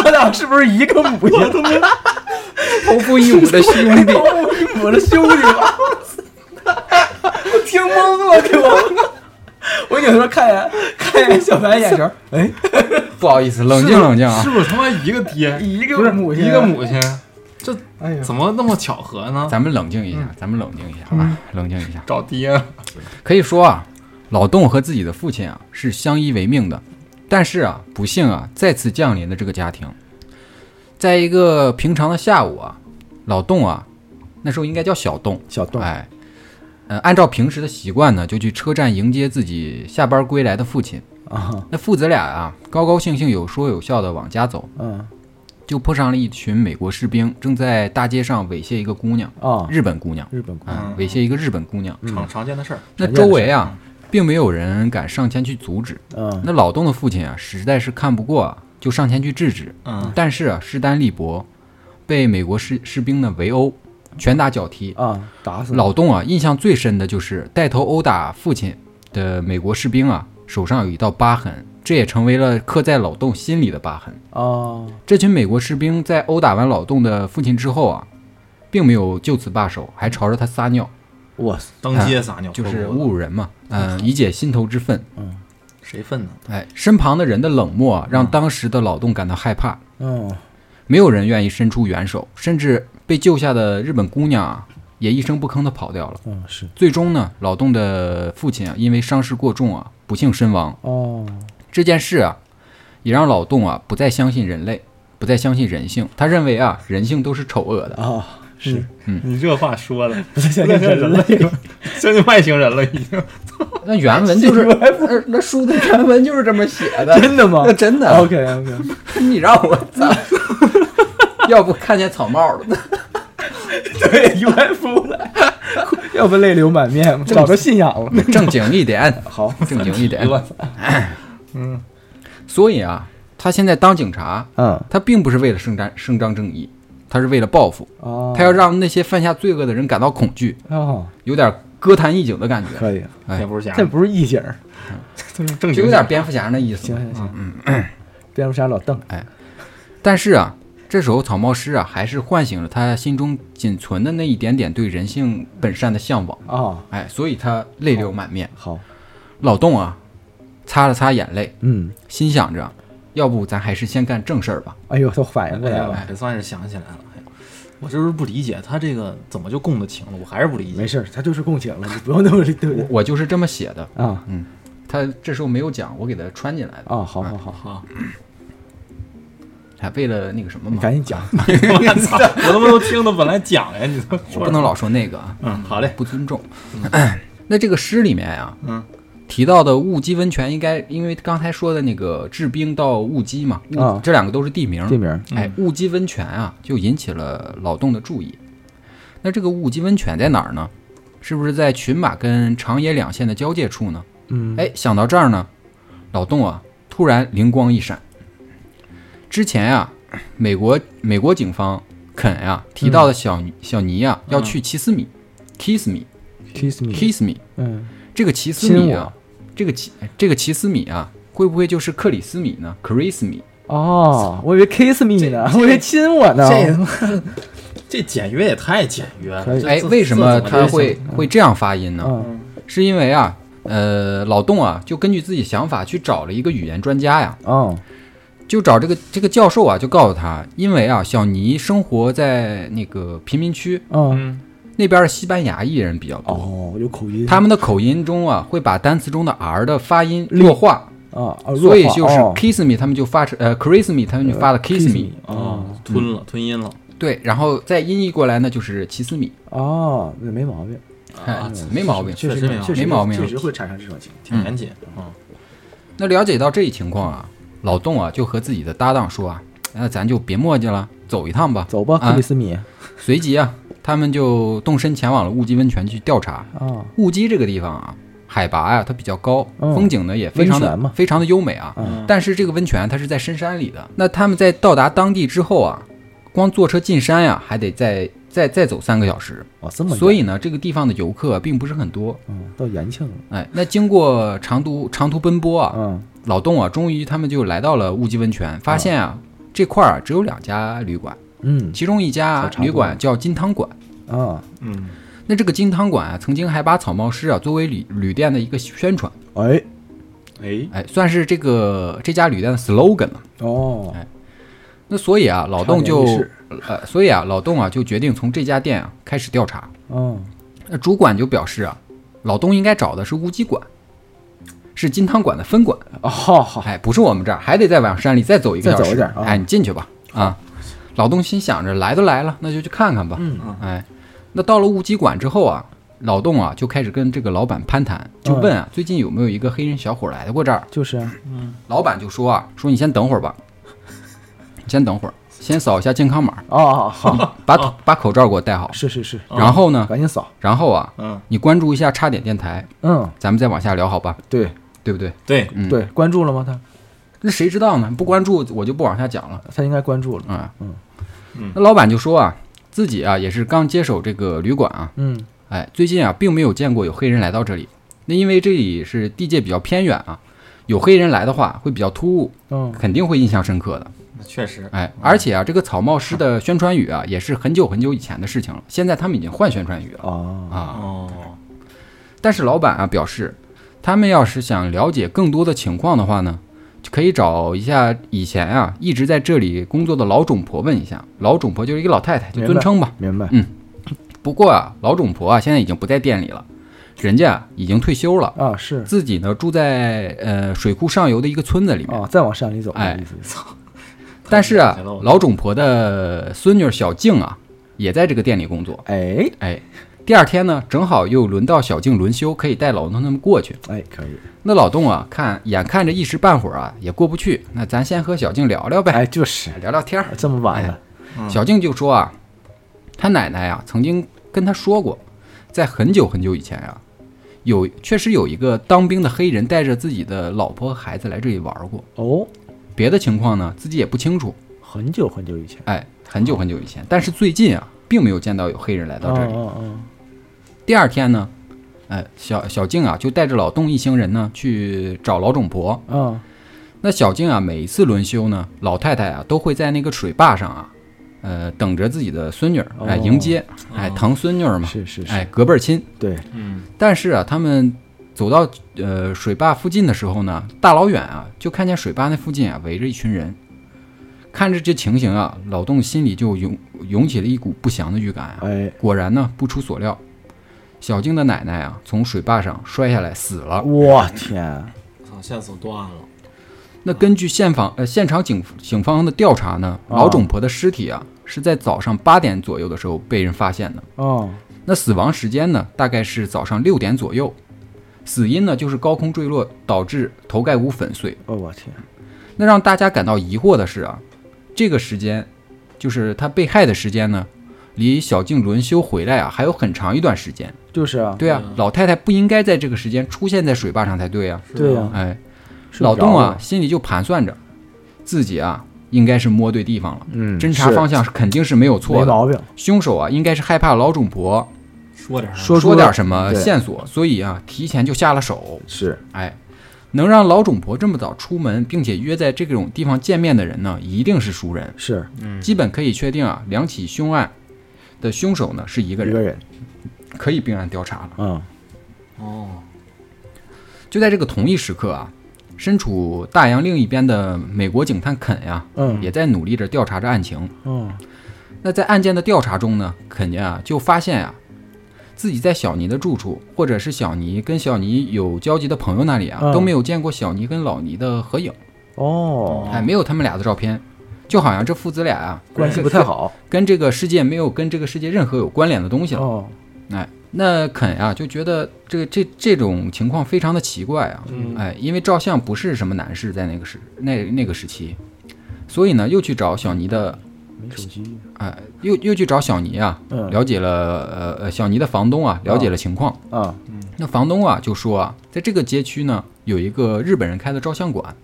[SPEAKER 3] 他俩是不是一个母亲？
[SPEAKER 1] 同父异母的
[SPEAKER 3] [laughs]
[SPEAKER 1] 兄弟，
[SPEAKER 3] 我的兄弟吧，我听懵了，给我，我扭头看一眼，看一眼小白眼神，哎，
[SPEAKER 1] 不好意思，冷静冷静啊
[SPEAKER 2] 是！不是他妈一个爹，
[SPEAKER 3] 一
[SPEAKER 2] 不
[SPEAKER 3] 个
[SPEAKER 2] 是
[SPEAKER 3] 母亲，啊
[SPEAKER 2] 一个，母亲，这
[SPEAKER 3] 哎呀，
[SPEAKER 2] 怎么那么巧合呢？
[SPEAKER 1] 咱们冷静一下，咱们冷静一下啊，冷静一下。
[SPEAKER 2] 找爹，
[SPEAKER 1] 可以说啊，老洞和自己的父亲啊是相依为命的，但是啊，不幸啊再次降临了这个家庭。在一个平常的下午啊，老洞啊，那时候应该叫小洞，
[SPEAKER 3] 小段，
[SPEAKER 1] 哎，呃，按照平时的习惯呢，就去车站迎接自己下班归来的父亲。
[SPEAKER 3] 啊，
[SPEAKER 1] 那父子俩啊，高高兴兴、有说有笑的往家走，
[SPEAKER 2] 啊
[SPEAKER 3] 嗯，
[SPEAKER 1] 就碰上了一群美国士兵，正在大街上猥亵一个姑娘，
[SPEAKER 3] 啊，
[SPEAKER 1] 日本姑娘，
[SPEAKER 3] 日本姑娘，
[SPEAKER 1] 啊，
[SPEAKER 2] 嗯
[SPEAKER 1] 猥亵一个日本姑娘。
[SPEAKER 2] 常常见的事儿。
[SPEAKER 1] 那周围啊，并没有人敢上前去阻止。
[SPEAKER 3] 嗯，
[SPEAKER 1] 那老洞的父亲啊，实在是看不过啊，就上前去制止。
[SPEAKER 2] 嗯，
[SPEAKER 1] 但是啊，势单力薄，被美国士士兵呢围殴，拳打脚踢。
[SPEAKER 3] 啊，打死
[SPEAKER 1] 老洞啊，印象最深的就是带头殴打父亲的美国士兵啊，手上有一道疤痕，这也成为了刻在老洞心里的疤痕。
[SPEAKER 3] 啊，
[SPEAKER 1] 这群美国士兵在殴打完老洞的父亲之后啊，并没有就此罢手，还朝着他撒尿，
[SPEAKER 3] 我
[SPEAKER 2] 当街撒尿，
[SPEAKER 1] 哎就是侮辱人嘛，嗯、以解心头之愤。
[SPEAKER 2] 谁愤呢？
[SPEAKER 1] 哎，身旁的人的冷漠啊让当时的老洞感到害怕，
[SPEAKER 3] 嗯，
[SPEAKER 1] 没有人愿意伸出援手，甚至被救下的日本姑娘啊，也一声不吭地跑掉了。
[SPEAKER 3] 嗯，是，
[SPEAKER 1] 最终呢，老洞的父亲啊，因为伤势过重啊，不幸身亡。
[SPEAKER 3] 哦，
[SPEAKER 1] 这件事啊，也让老洞啊不再相信人类，不再相信人性。他认为啊，人性都是丑恶的。
[SPEAKER 3] 啊，是，
[SPEAKER 2] 嗯你这话说的，
[SPEAKER 3] 不太相信人类，
[SPEAKER 2] 相信外星人了已经。
[SPEAKER 1] [laughs] 那原文就是，那那书的原文就是这么写的，
[SPEAKER 3] [laughs] 真的吗啊
[SPEAKER 1] 那真的。 [laughs]
[SPEAKER 3] ？OK OK，
[SPEAKER 1] 你让我操，要不看见草帽了。
[SPEAKER 3] 对 UFO 了， [laughs] 要不泪流满面，找着信仰了。
[SPEAKER 1] 正经一点，
[SPEAKER 3] 好，
[SPEAKER 1] 正经一点。
[SPEAKER 3] [laughs]
[SPEAKER 1] 嗯
[SPEAKER 3] 我操，
[SPEAKER 1] 所以啊，他现在当警察，
[SPEAKER 3] 嗯，
[SPEAKER 1] 他并不是为了伸张伸张正义，他是为了报复，
[SPEAKER 3] 哦，
[SPEAKER 1] 他要让那些犯下罪恶的人感到恐惧，
[SPEAKER 3] 哦，
[SPEAKER 1] 有点歌坛一景的感觉，
[SPEAKER 3] 可以，
[SPEAKER 1] 哎
[SPEAKER 2] 蝙蝠侠，
[SPEAKER 3] 这不是意境儿，
[SPEAKER 2] 这是正
[SPEAKER 1] 就
[SPEAKER 2] 经
[SPEAKER 1] 有点蝙蝠侠那意思
[SPEAKER 3] 行
[SPEAKER 1] 嘛。
[SPEAKER 3] 行行，嗯，蝙蝠侠老邓，
[SPEAKER 1] 但是啊，这时候草帽师啊，还是唤醒了他心中仅存的那一点点对人性本善的向往，
[SPEAKER 3] 啊，
[SPEAKER 1] 哎，所以他泪流满面。
[SPEAKER 3] 好，
[SPEAKER 1] 老洞啊，擦了擦眼泪，
[SPEAKER 3] 嗯，
[SPEAKER 1] 心想着，要不咱还是先干正事儿吧。
[SPEAKER 3] 哎呦，都反应过来了，
[SPEAKER 2] 哎，这算是想起来了。哎呦我就是不理解他这个怎么就供的情了，我还是不理
[SPEAKER 3] 没
[SPEAKER 2] 解。
[SPEAKER 3] 事儿，他就是共情了，你不用那么 [laughs] 对不
[SPEAKER 1] 我
[SPEAKER 3] 对？
[SPEAKER 1] 我就是这么写的，
[SPEAKER 3] 啊
[SPEAKER 1] 他这时候没有讲，我给他穿进来的，
[SPEAKER 3] 啊，好好好，
[SPEAKER 2] 啊！ [laughs]
[SPEAKER 1] 还哎为了那个什么
[SPEAKER 3] 你
[SPEAKER 1] 嘛，
[SPEAKER 3] 赶紧讲，
[SPEAKER 2] 我操！我他妈都听的本来讲呀，你都
[SPEAKER 1] 我
[SPEAKER 2] 说
[SPEAKER 1] 不能老说那个啊，
[SPEAKER 2] 嗯，好嘞，
[SPEAKER 1] 不尊重。 [clears throat] 那这个诗里面啊，
[SPEAKER 2] 嗯，
[SPEAKER 1] 提到的雾鸡温泉，应该因为刚才说的那个治兵到雾鸡嘛，雾
[SPEAKER 3] 啊
[SPEAKER 1] 这两个都是地名。
[SPEAKER 3] 地名儿
[SPEAKER 1] 哎，雾鸡温泉啊，就引起了老洞的注意。那这个雾鸡温泉在哪儿呢？是不是在群马跟长野两县的交界处呢？
[SPEAKER 3] 嗯，
[SPEAKER 1] 哎，想到这儿呢，老洞啊突然灵光一闪。之前啊，美国美国警方肯啊提到的
[SPEAKER 3] 嗯
[SPEAKER 1] 小、小尼啊要去奇斯米、kiss me
[SPEAKER 3] ，kiss me，
[SPEAKER 1] kiss me
[SPEAKER 3] 嗯，
[SPEAKER 1] 这个奇斯米
[SPEAKER 3] 亲
[SPEAKER 1] 啊
[SPEAKER 3] 我，
[SPEAKER 1] 这个奇这个奇斯米啊，会不会就是克里斯米呢？Chris 米
[SPEAKER 3] 哦，我以为 kiss me 呢，我以为亲我呢，嗯
[SPEAKER 2] 这他妈这简约也太简约了
[SPEAKER 3] 可以。
[SPEAKER 2] 这
[SPEAKER 1] 哎，
[SPEAKER 2] 这
[SPEAKER 1] 为什么
[SPEAKER 2] 这
[SPEAKER 1] 他
[SPEAKER 2] 怎么
[SPEAKER 1] 会会这样发音呢？
[SPEAKER 3] 嗯
[SPEAKER 1] 是因为啊，呃，老洞啊就根据自己想法去找了一个语言专家呀，
[SPEAKER 3] 哦，
[SPEAKER 1] 就找这个这个教授啊，就告诉他，因为啊，小尼生活在那个贫民区
[SPEAKER 3] 嗯，
[SPEAKER 2] 嗯
[SPEAKER 1] 那边，的西班牙裔人比较多，
[SPEAKER 3] 哦，有口音，
[SPEAKER 1] 他们的口音中啊，会把单词中的 r 的发音弱化，
[SPEAKER 3] 啊，啊
[SPEAKER 1] 所以
[SPEAKER 3] 弱化
[SPEAKER 1] 就是
[SPEAKER 3] 哦
[SPEAKER 1] kiss me，他们就发成呃 kiss me，他们就发了 kiss me，
[SPEAKER 3] 哦
[SPEAKER 2] 啊吞了吞音了
[SPEAKER 1] 对，然后再音译过来呢，就是奇斯米，
[SPEAKER 3] 哦，那没毛病，
[SPEAKER 1] 哎，
[SPEAKER 3] 嗯
[SPEAKER 1] 没毛病。
[SPEAKER 3] 确
[SPEAKER 2] 确实
[SPEAKER 3] 实
[SPEAKER 2] 没毛
[SPEAKER 3] 确实
[SPEAKER 1] 没毛病
[SPEAKER 3] 确实会产生这种情况。
[SPEAKER 2] 啊挺严谨啊。
[SPEAKER 1] 那了解到这一情况啊，老洞啊就和自己的搭档说啊，那咱就别磨叽了，走一趟吧。
[SPEAKER 3] 走吧，
[SPEAKER 1] 啊
[SPEAKER 3] 克里斯米啊
[SPEAKER 1] 随即啊，他们就动身前往了乌鸡温泉去调查。
[SPEAKER 3] [laughs] 哦
[SPEAKER 1] 雾鸡这个地方啊，海拔呀、它比较高，
[SPEAKER 3] 嗯
[SPEAKER 1] 风景呢也非常
[SPEAKER 3] 温
[SPEAKER 1] 的
[SPEAKER 3] 泉嘛
[SPEAKER 1] 非常的优美啊。
[SPEAKER 3] 嗯
[SPEAKER 1] 但是这个温泉它是在深山里的，那他们在到达当地之后啊，光坐车进山呀、还得再再再走三个小时，
[SPEAKER 3] 哦，这么远
[SPEAKER 1] 所以呢，这个地方的游客啊并不是很多。
[SPEAKER 3] 嗯，到延庆了，
[SPEAKER 1] 哎，那经过长途长途奔波啊，
[SPEAKER 3] 嗯，
[SPEAKER 1] 老洞啊，终于他们就来到了雾鸡温泉，发现啊、这块儿啊只有两家旅馆，
[SPEAKER 3] 嗯
[SPEAKER 1] 其中一家
[SPEAKER 2] 小茶
[SPEAKER 1] 旅馆叫金汤馆。
[SPEAKER 3] 啊，
[SPEAKER 2] 嗯，
[SPEAKER 1] 那这个金汤馆啊，曾经还把草帽师啊作为旅旅店的一个宣传，
[SPEAKER 3] 哎，
[SPEAKER 2] 哎，
[SPEAKER 1] 哎，算是这个这家旅店的 slogan 了。
[SPEAKER 3] 哦，
[SPEAKER 1] 那所以啊，老
[SPEAKER 3] 差
[SPEAKER 1] 洞
[SPEAKER 3] 点
[SPEAKER 1] 就
[SPEAKER 3] 没事
[SPEAKER 1] 呃，所以啊，老洞啊就决定从这家店啊开始调查。
[SPEAKER 3] 嗯，
[SPEAKER 1] 那主管就表示啊，老洞应该找的是乌鸡馆，是金汤馆的分馆，
[SPEAKER 3] 哦，好好，
[SPEAKER 1] 哎，不是我们这儿，还得再往山里再走一个
[SPEAKER 3] 再
[SPEAKER 1] 小
[SPEAKER 3] 走
[SPEAKER 1] 时。
[SPEAKER 3] 一点啊
[SPEAKER 1] 哎，你进去吧，啊。老洞心想着，来都来了，那就去看看吧。
[SPEAKER 2] 嗯啊，
[SPEAKER 1] 哎，那到了乌鸡馆之后啊，老洞啊就开始跟这个老板攀谈，就
[SPEAKER 3] 嗯
[SPEAKER 1] 问啊、最近有没有一个黑人小伙来过这儿。
[SPEAKER 3] 就是啊，
[SPEAKER 1] 老板就说啊，说你先等会儿吧，你先等会儿，先扫一下健康码，
[SPEAKER 3] 哦，好，嗯
[SPEAKER 1] 把、把口罩给我戴好。
[SPEAKER 3] [laughs] 是是是，
[SPEAKER 1] 然后呢，
[SPEAKER 3] 赶紧扫，
[SPEAKER 1] 然后啊，
[SPEAKER 2] 嗯，
[SPEAKER 1] 你关注一下差点电台，
[SPEAKER 3] 嗯，
[SPEAKER 1] 咱们再往下聊好吧，
[SPEAKER 3] 对
[SPEAKER 1] 对不对？
[SPEAKER 2] 对，
[SPEAKER 1] 嗯
[SPEAKER 3] 对，关注了吗？他
[SPEAKER 1] 那谁知道呢？不关注我就不往下讲了。
[SPEAKER 3] 他应该关注了，
[SPEAKER 1] 啊，
[SPEAKER 3] 嗯
[SPEAKER 2] 嗯
[SPEAKER 1] 那老板就说啊，自己啊也是刚接手这个旅馆啊，
[SPEAKER 3] 嗯，
[SPEAKER 1] 哎，最近啊并没有见过有黑人来到这里。那因为这里是地界比较偏远啊，有黑人来的话会比较突兀，
[SPEAKER 3] 嗯，
[SPEAKER 1] 肯定会印象深刻的。
[SPEAKER 2] 那确实，
[SPEAKER 1] 哎，而且啊，这个草帽师的宣传语啊也是很久很久以前的事情了，现在他们已经换宣传语了
[SPEAKER 3] 哦，
[SPEAKER 1] 啊。
[SPEAKER 2] 哦，
[SPEAKER 1] 但是老板啊表示，他们要是想了解更多的情况的话呢，就可以找一下以前啊一直在这里工作的老种婆问一下。老种婆就是一个老太太，就
[SPEAKER 3] 明白
[SPEAKER 1] 尊称吧。
[SPEAKER 3] 明白，
[SPEAKER 1] 不过啊，老种婆啊现在已经不在店里了，人家啊已经退休了，
[SPEAKER 3] 啊，是，
[SPEAKER 1] 自己呢住在呃水库上游的一个村子里面。
[SPEAKER 3] 哦，再往山里走，
[SPEAKER 1] 哎
[SPEAKER 3] 意思，
[SPEAKER 1] 但是啊
[SPEAKER 2] 太简陋，了
[SPEAKER 1] 老种婆的孙女小静啊也在这个店里工作。
[SPEAKER 3] 哎，
[SPEAKER 1] 哎，第二天呢，正好又轮到小静轮休，可以带老东他们过去。
[SPEAKER 3] 哎，可以，
[SPEAKER 1] 那老洞啊，看眼看着一时半会儿啊也过不去，那咱先和小静聊聊呗，
[SPEAKER 3] 哎，就是
[SPEAKER 1] 聊聊天儿。
[SPEAKER 3] 这么晚
[SPEAKER 1] 哎
[SPEAKER 3] 了，
[SPEAKER 2] 嗯
[SPEAKER 1] 小静就说啊，她奶奶啊曾经跟她说过，在很久很久以前啊，有确实有一个当兵的黑人带着自己的老婆和孩子来这里玩过，
[SPEAKER 3] 哦，
[SPEAKER 1] 别的情况呢自己也不清楚。
[SPEAKER 3] 很久很久以前，
[SPEAKER 1] 哎，很久很久以前，但是最近啊，并没有见到有黑人来到这里。
[SPEAKER 3] 哦哦
[SPEAKER 1] 第二天呢，哎，小小静啊就带着老洞一行人呢去找老种婆，
[SPEAKER 3] 哦，嗯，
[SPEAKER 1] 那小静啊，每一次轮休呢，老太太啊都会在那个水坝上啊，呃，等着自己的孙女儿，哎，
[SPEAKER 3] 哦
[SPEAKER 1] 迎接，哎，堂孙女儿嘛，
[SPEAKER 3] 是是是，
[SPEAKER 1] 哎，隔辈儿亲。
[SPEAKER 3] 对，
[SPEAKER 2] 嗯，
[SPEAKER 1] 但是啊，他们走到呃水坝附近的时候呢，大老远啊就看见水坝那附近啊围着一群人，看着这情形啊，老洞心里就涌涌起了一股不祥的预感啊。
[SPEAKER 3] 哎，
[SPEAKER 1] 果然呢，不出所料，小静的奶奶啊从水坝上摔下来死了。
[SPEAKER 3] 我天，
[SPEAKER 2] 操，线索断了，
[SPEAKER 1] 那根据现访呃现场警警方的调查呢，
[SPEAKER 3] 啊
[SPEAKER 1] 老种婆的尸体啊是在早上八点左右的时候被人发现的。
[SPEAKER 3] 哦，
[SPEAKER 1] 那死亡时间呢，大概是早上六点左右。死因呢就是高空坠落导致头盖骨粉碎。
[SPEAKER 3] 哦，我天，
[SPEAKER 1] 那让大家感到疑惑的是啊，这个时间，就是他被害的时间呢，离小静轮休回来啊还有很长一段时间。
[SPEAKER 3] 就是啊，
[SPEAKER 1] 对啊，老太太不应该在这个时间出现在水坝上才对啊。
[SPEAKER 3] 对呀、
[SPEAKER 2] 呀，
[SPEAKER 1] 哎，
[SPEAKER 3] 睡
[SPEAKER 1] 老
[SPEAKER 3] 不着
[SPEAKER 1] 洞啊
[SPEAKER 3] 了，，
[SPEAKER 1] 心里就盘算着，自己啊应该是摸对地方了，
[SPEAKER 3] 嗯，
[SPEAKER 1] 侦查
[SPEAKER 3] 是
[SPEAKER 1] 方向是肯定是没有
[SPEAKER 3] 没
[SPEAKER 1] 错的。
[SPEAKER 3] 毛病，
[SPEAKER 1] 凶手啊应该是害怕老种婆
[SPEAKER 2] 说点啥？
[SPEAKER 3] 说出
[SPEAKER 1] 说点
[SPEAKER 3] 了
[SPEAKER 1] 什么
[SPEAKER 3] 对
[SPEAKER 1] 线索，所以啊提前就下了手。
[SPEAKER 3] 是
[SPEAKER 1] 哎，能让老种婆这么早出门，并且约在这种地方见面的人呢，一定是熟人。
[SPEAKER 3] 是
[SPEAKER 2] 嗯，
[SPEAKER 1] 基本可以确定啊，两起凶案的凶手呢是一
[SPEAKER 3] 一
[SPEAKER 1] 个人，
[SPEAKER 3] 个人，
[SPEAKER 1] 可以并案调查了。
[SPEAKER 3] 嗯，
[SPEAKER 2] 哦，
[SPEAKER 1] 就在这个同一时刻啊，身处大洋另一边的美国警探肯呀、
[SPEAKER 3] 嗯
[SPEAKER 1] 也在努力着调查着案情。
[SPEAKER 3] 嗯，
[SPEAKER 1] 那在案件的调查中呢，肯尼啊就发现啊，自己在小尼的住处，或者是小尼跟小尼有交集的朋友那里啊，
[SPEAKER 3] 嗯
[SPEAKER 1] 都没有见过小尼跟老尼的合影，
[SPEAKER 3] 哦，
[SPEAKER 1] 哎，没有他们俩的照片，就好像这父子俩啊
[SPEAKER 3] 关系不太，好，
[SPEAKER 1] 跟这个世界没有跟这个世界任何有关联的东西了。
[SPEAKER 3] 哦，
[SPEAKER 1] 哎，那肯啊就觉得这个这这种情况非常的奇怪啊，
[SPEAKER 2] 嗯
[SPEAKER 1] 哎，因为照相不是什么难事，在那个时那那个时期，所以呢又去找小尼的，
[SPEAKER 3] 没手机，
[SPEAKER 1] 哎，又又去找小尼啊，
[SPEAKER 3] 嗯，
[SPEAKER 1] 了解了呃呃小尼的房东啊，了解了情况。
[SPEAKER 3] 啊，
[SPEAKER 1] 那房东啊就说啊，在这个街区呢有一个日本人开的照相馆，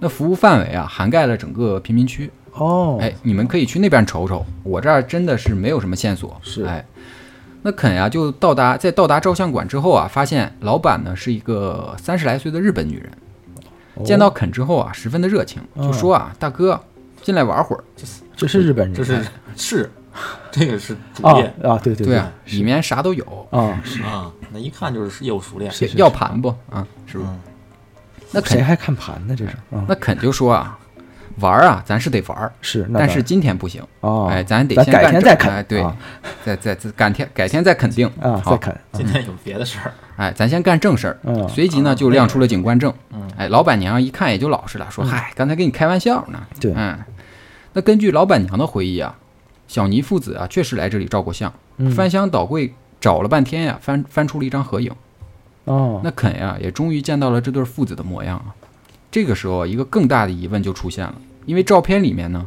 [SPEAKER 1] 那服务范围啊涵盖了整个贫民区。
[SPEAKER 3] 哦，
[SPEAKER 1] 哎，你们可以去那边瞅瞅，我这儿真的是没有什么线索。
[SPEAKER 3] 是
[SPEAKER 1] 哎，那肯呀、就到达在到达照相馆之后啊，发现老板呢是一个三十来岁的日本女人。
[SPEAKER 3] 哦
[SPEAKER 1] 见到肯之后啊，十分的热情，
[SPEAKER 3] 嗯
[SPEAKER 1] 就说啊，大哥，进来玩会儿。
[SPEAKER 4] 这是日本人，
[SPEAKER 2] 嗯这是是这个是主
[SPEAKER 4] 啊
[SPEAKER 2] 业
[SPEAKER 4] 啊，对对
[SPEAKER 1] 对啊，里面啥都有，
[SPEAKER 4] 啊，
[SPEAKER 2] 啊，那一看就是业务熟练。嗯
[SPEAKER 4] 是是
[SPEAKER 1] 要盘不啊？是不是？那肯
[SPEAKER 4] 谁还看盘呢？这是啊，
[SPEAKER 1] 那肯就说啊，玩儿啊，咱是得玩儿，
[SPEAKER 4] 是，那
[SPEAKER 1] 但
[SPEAKER 4] 当
[SPEAKER 1] 是
[SPEAKER 4] 然
[SPEAKER 1] 今天不行，
[SPEAKER 4] 哦，
[SPEAKER 1] 哎，咱得
[SPEAKER 4] 咱
[SPEAKER 1] 先
[SPEAKER 4] 改
[SPEAKER 1] 干
[SPEAKER 4] 天
[SPEAKER 1] 这
[SPEAKER 4] 再看
[SPEAKER 1] 哎对
[SPEAKER 4] 啊，
[SPEAKER 1] 再再再改天改天再肯定
[SPEAKER 4] 啊，
[SPEAKER 1] 好
[SPEAKER 4] 再看，
[SPEAKER 2] 今天有别的事儿，
[SPEAKER 1] 哎，咱先干正事儿。
[SPEAKER 4] 嗯
[SPEAKER 1] 随即呢就亮出了警官证。哎，老板娘一看也就老实了，说：“嗨，刚才跟你开玩笑呢。”
[SPEAKER 4] 嗯对
[SPEAKER 1] 嗯。那根据老板娘的回忆啊，小尼父子啊确实来这里照过相，
[SPEAKER 4] 嗯
[SPEAKER 1] 翻箱倒柜找了半天呀、翻翻出了一张合影。
[SPEAKER 4] 哦，
[SPEAKER 1] 那肯呀、也终于见到了这对父子的模样啊。这个时候啊，一个更大的疑问就出现了，因为照片里面呢，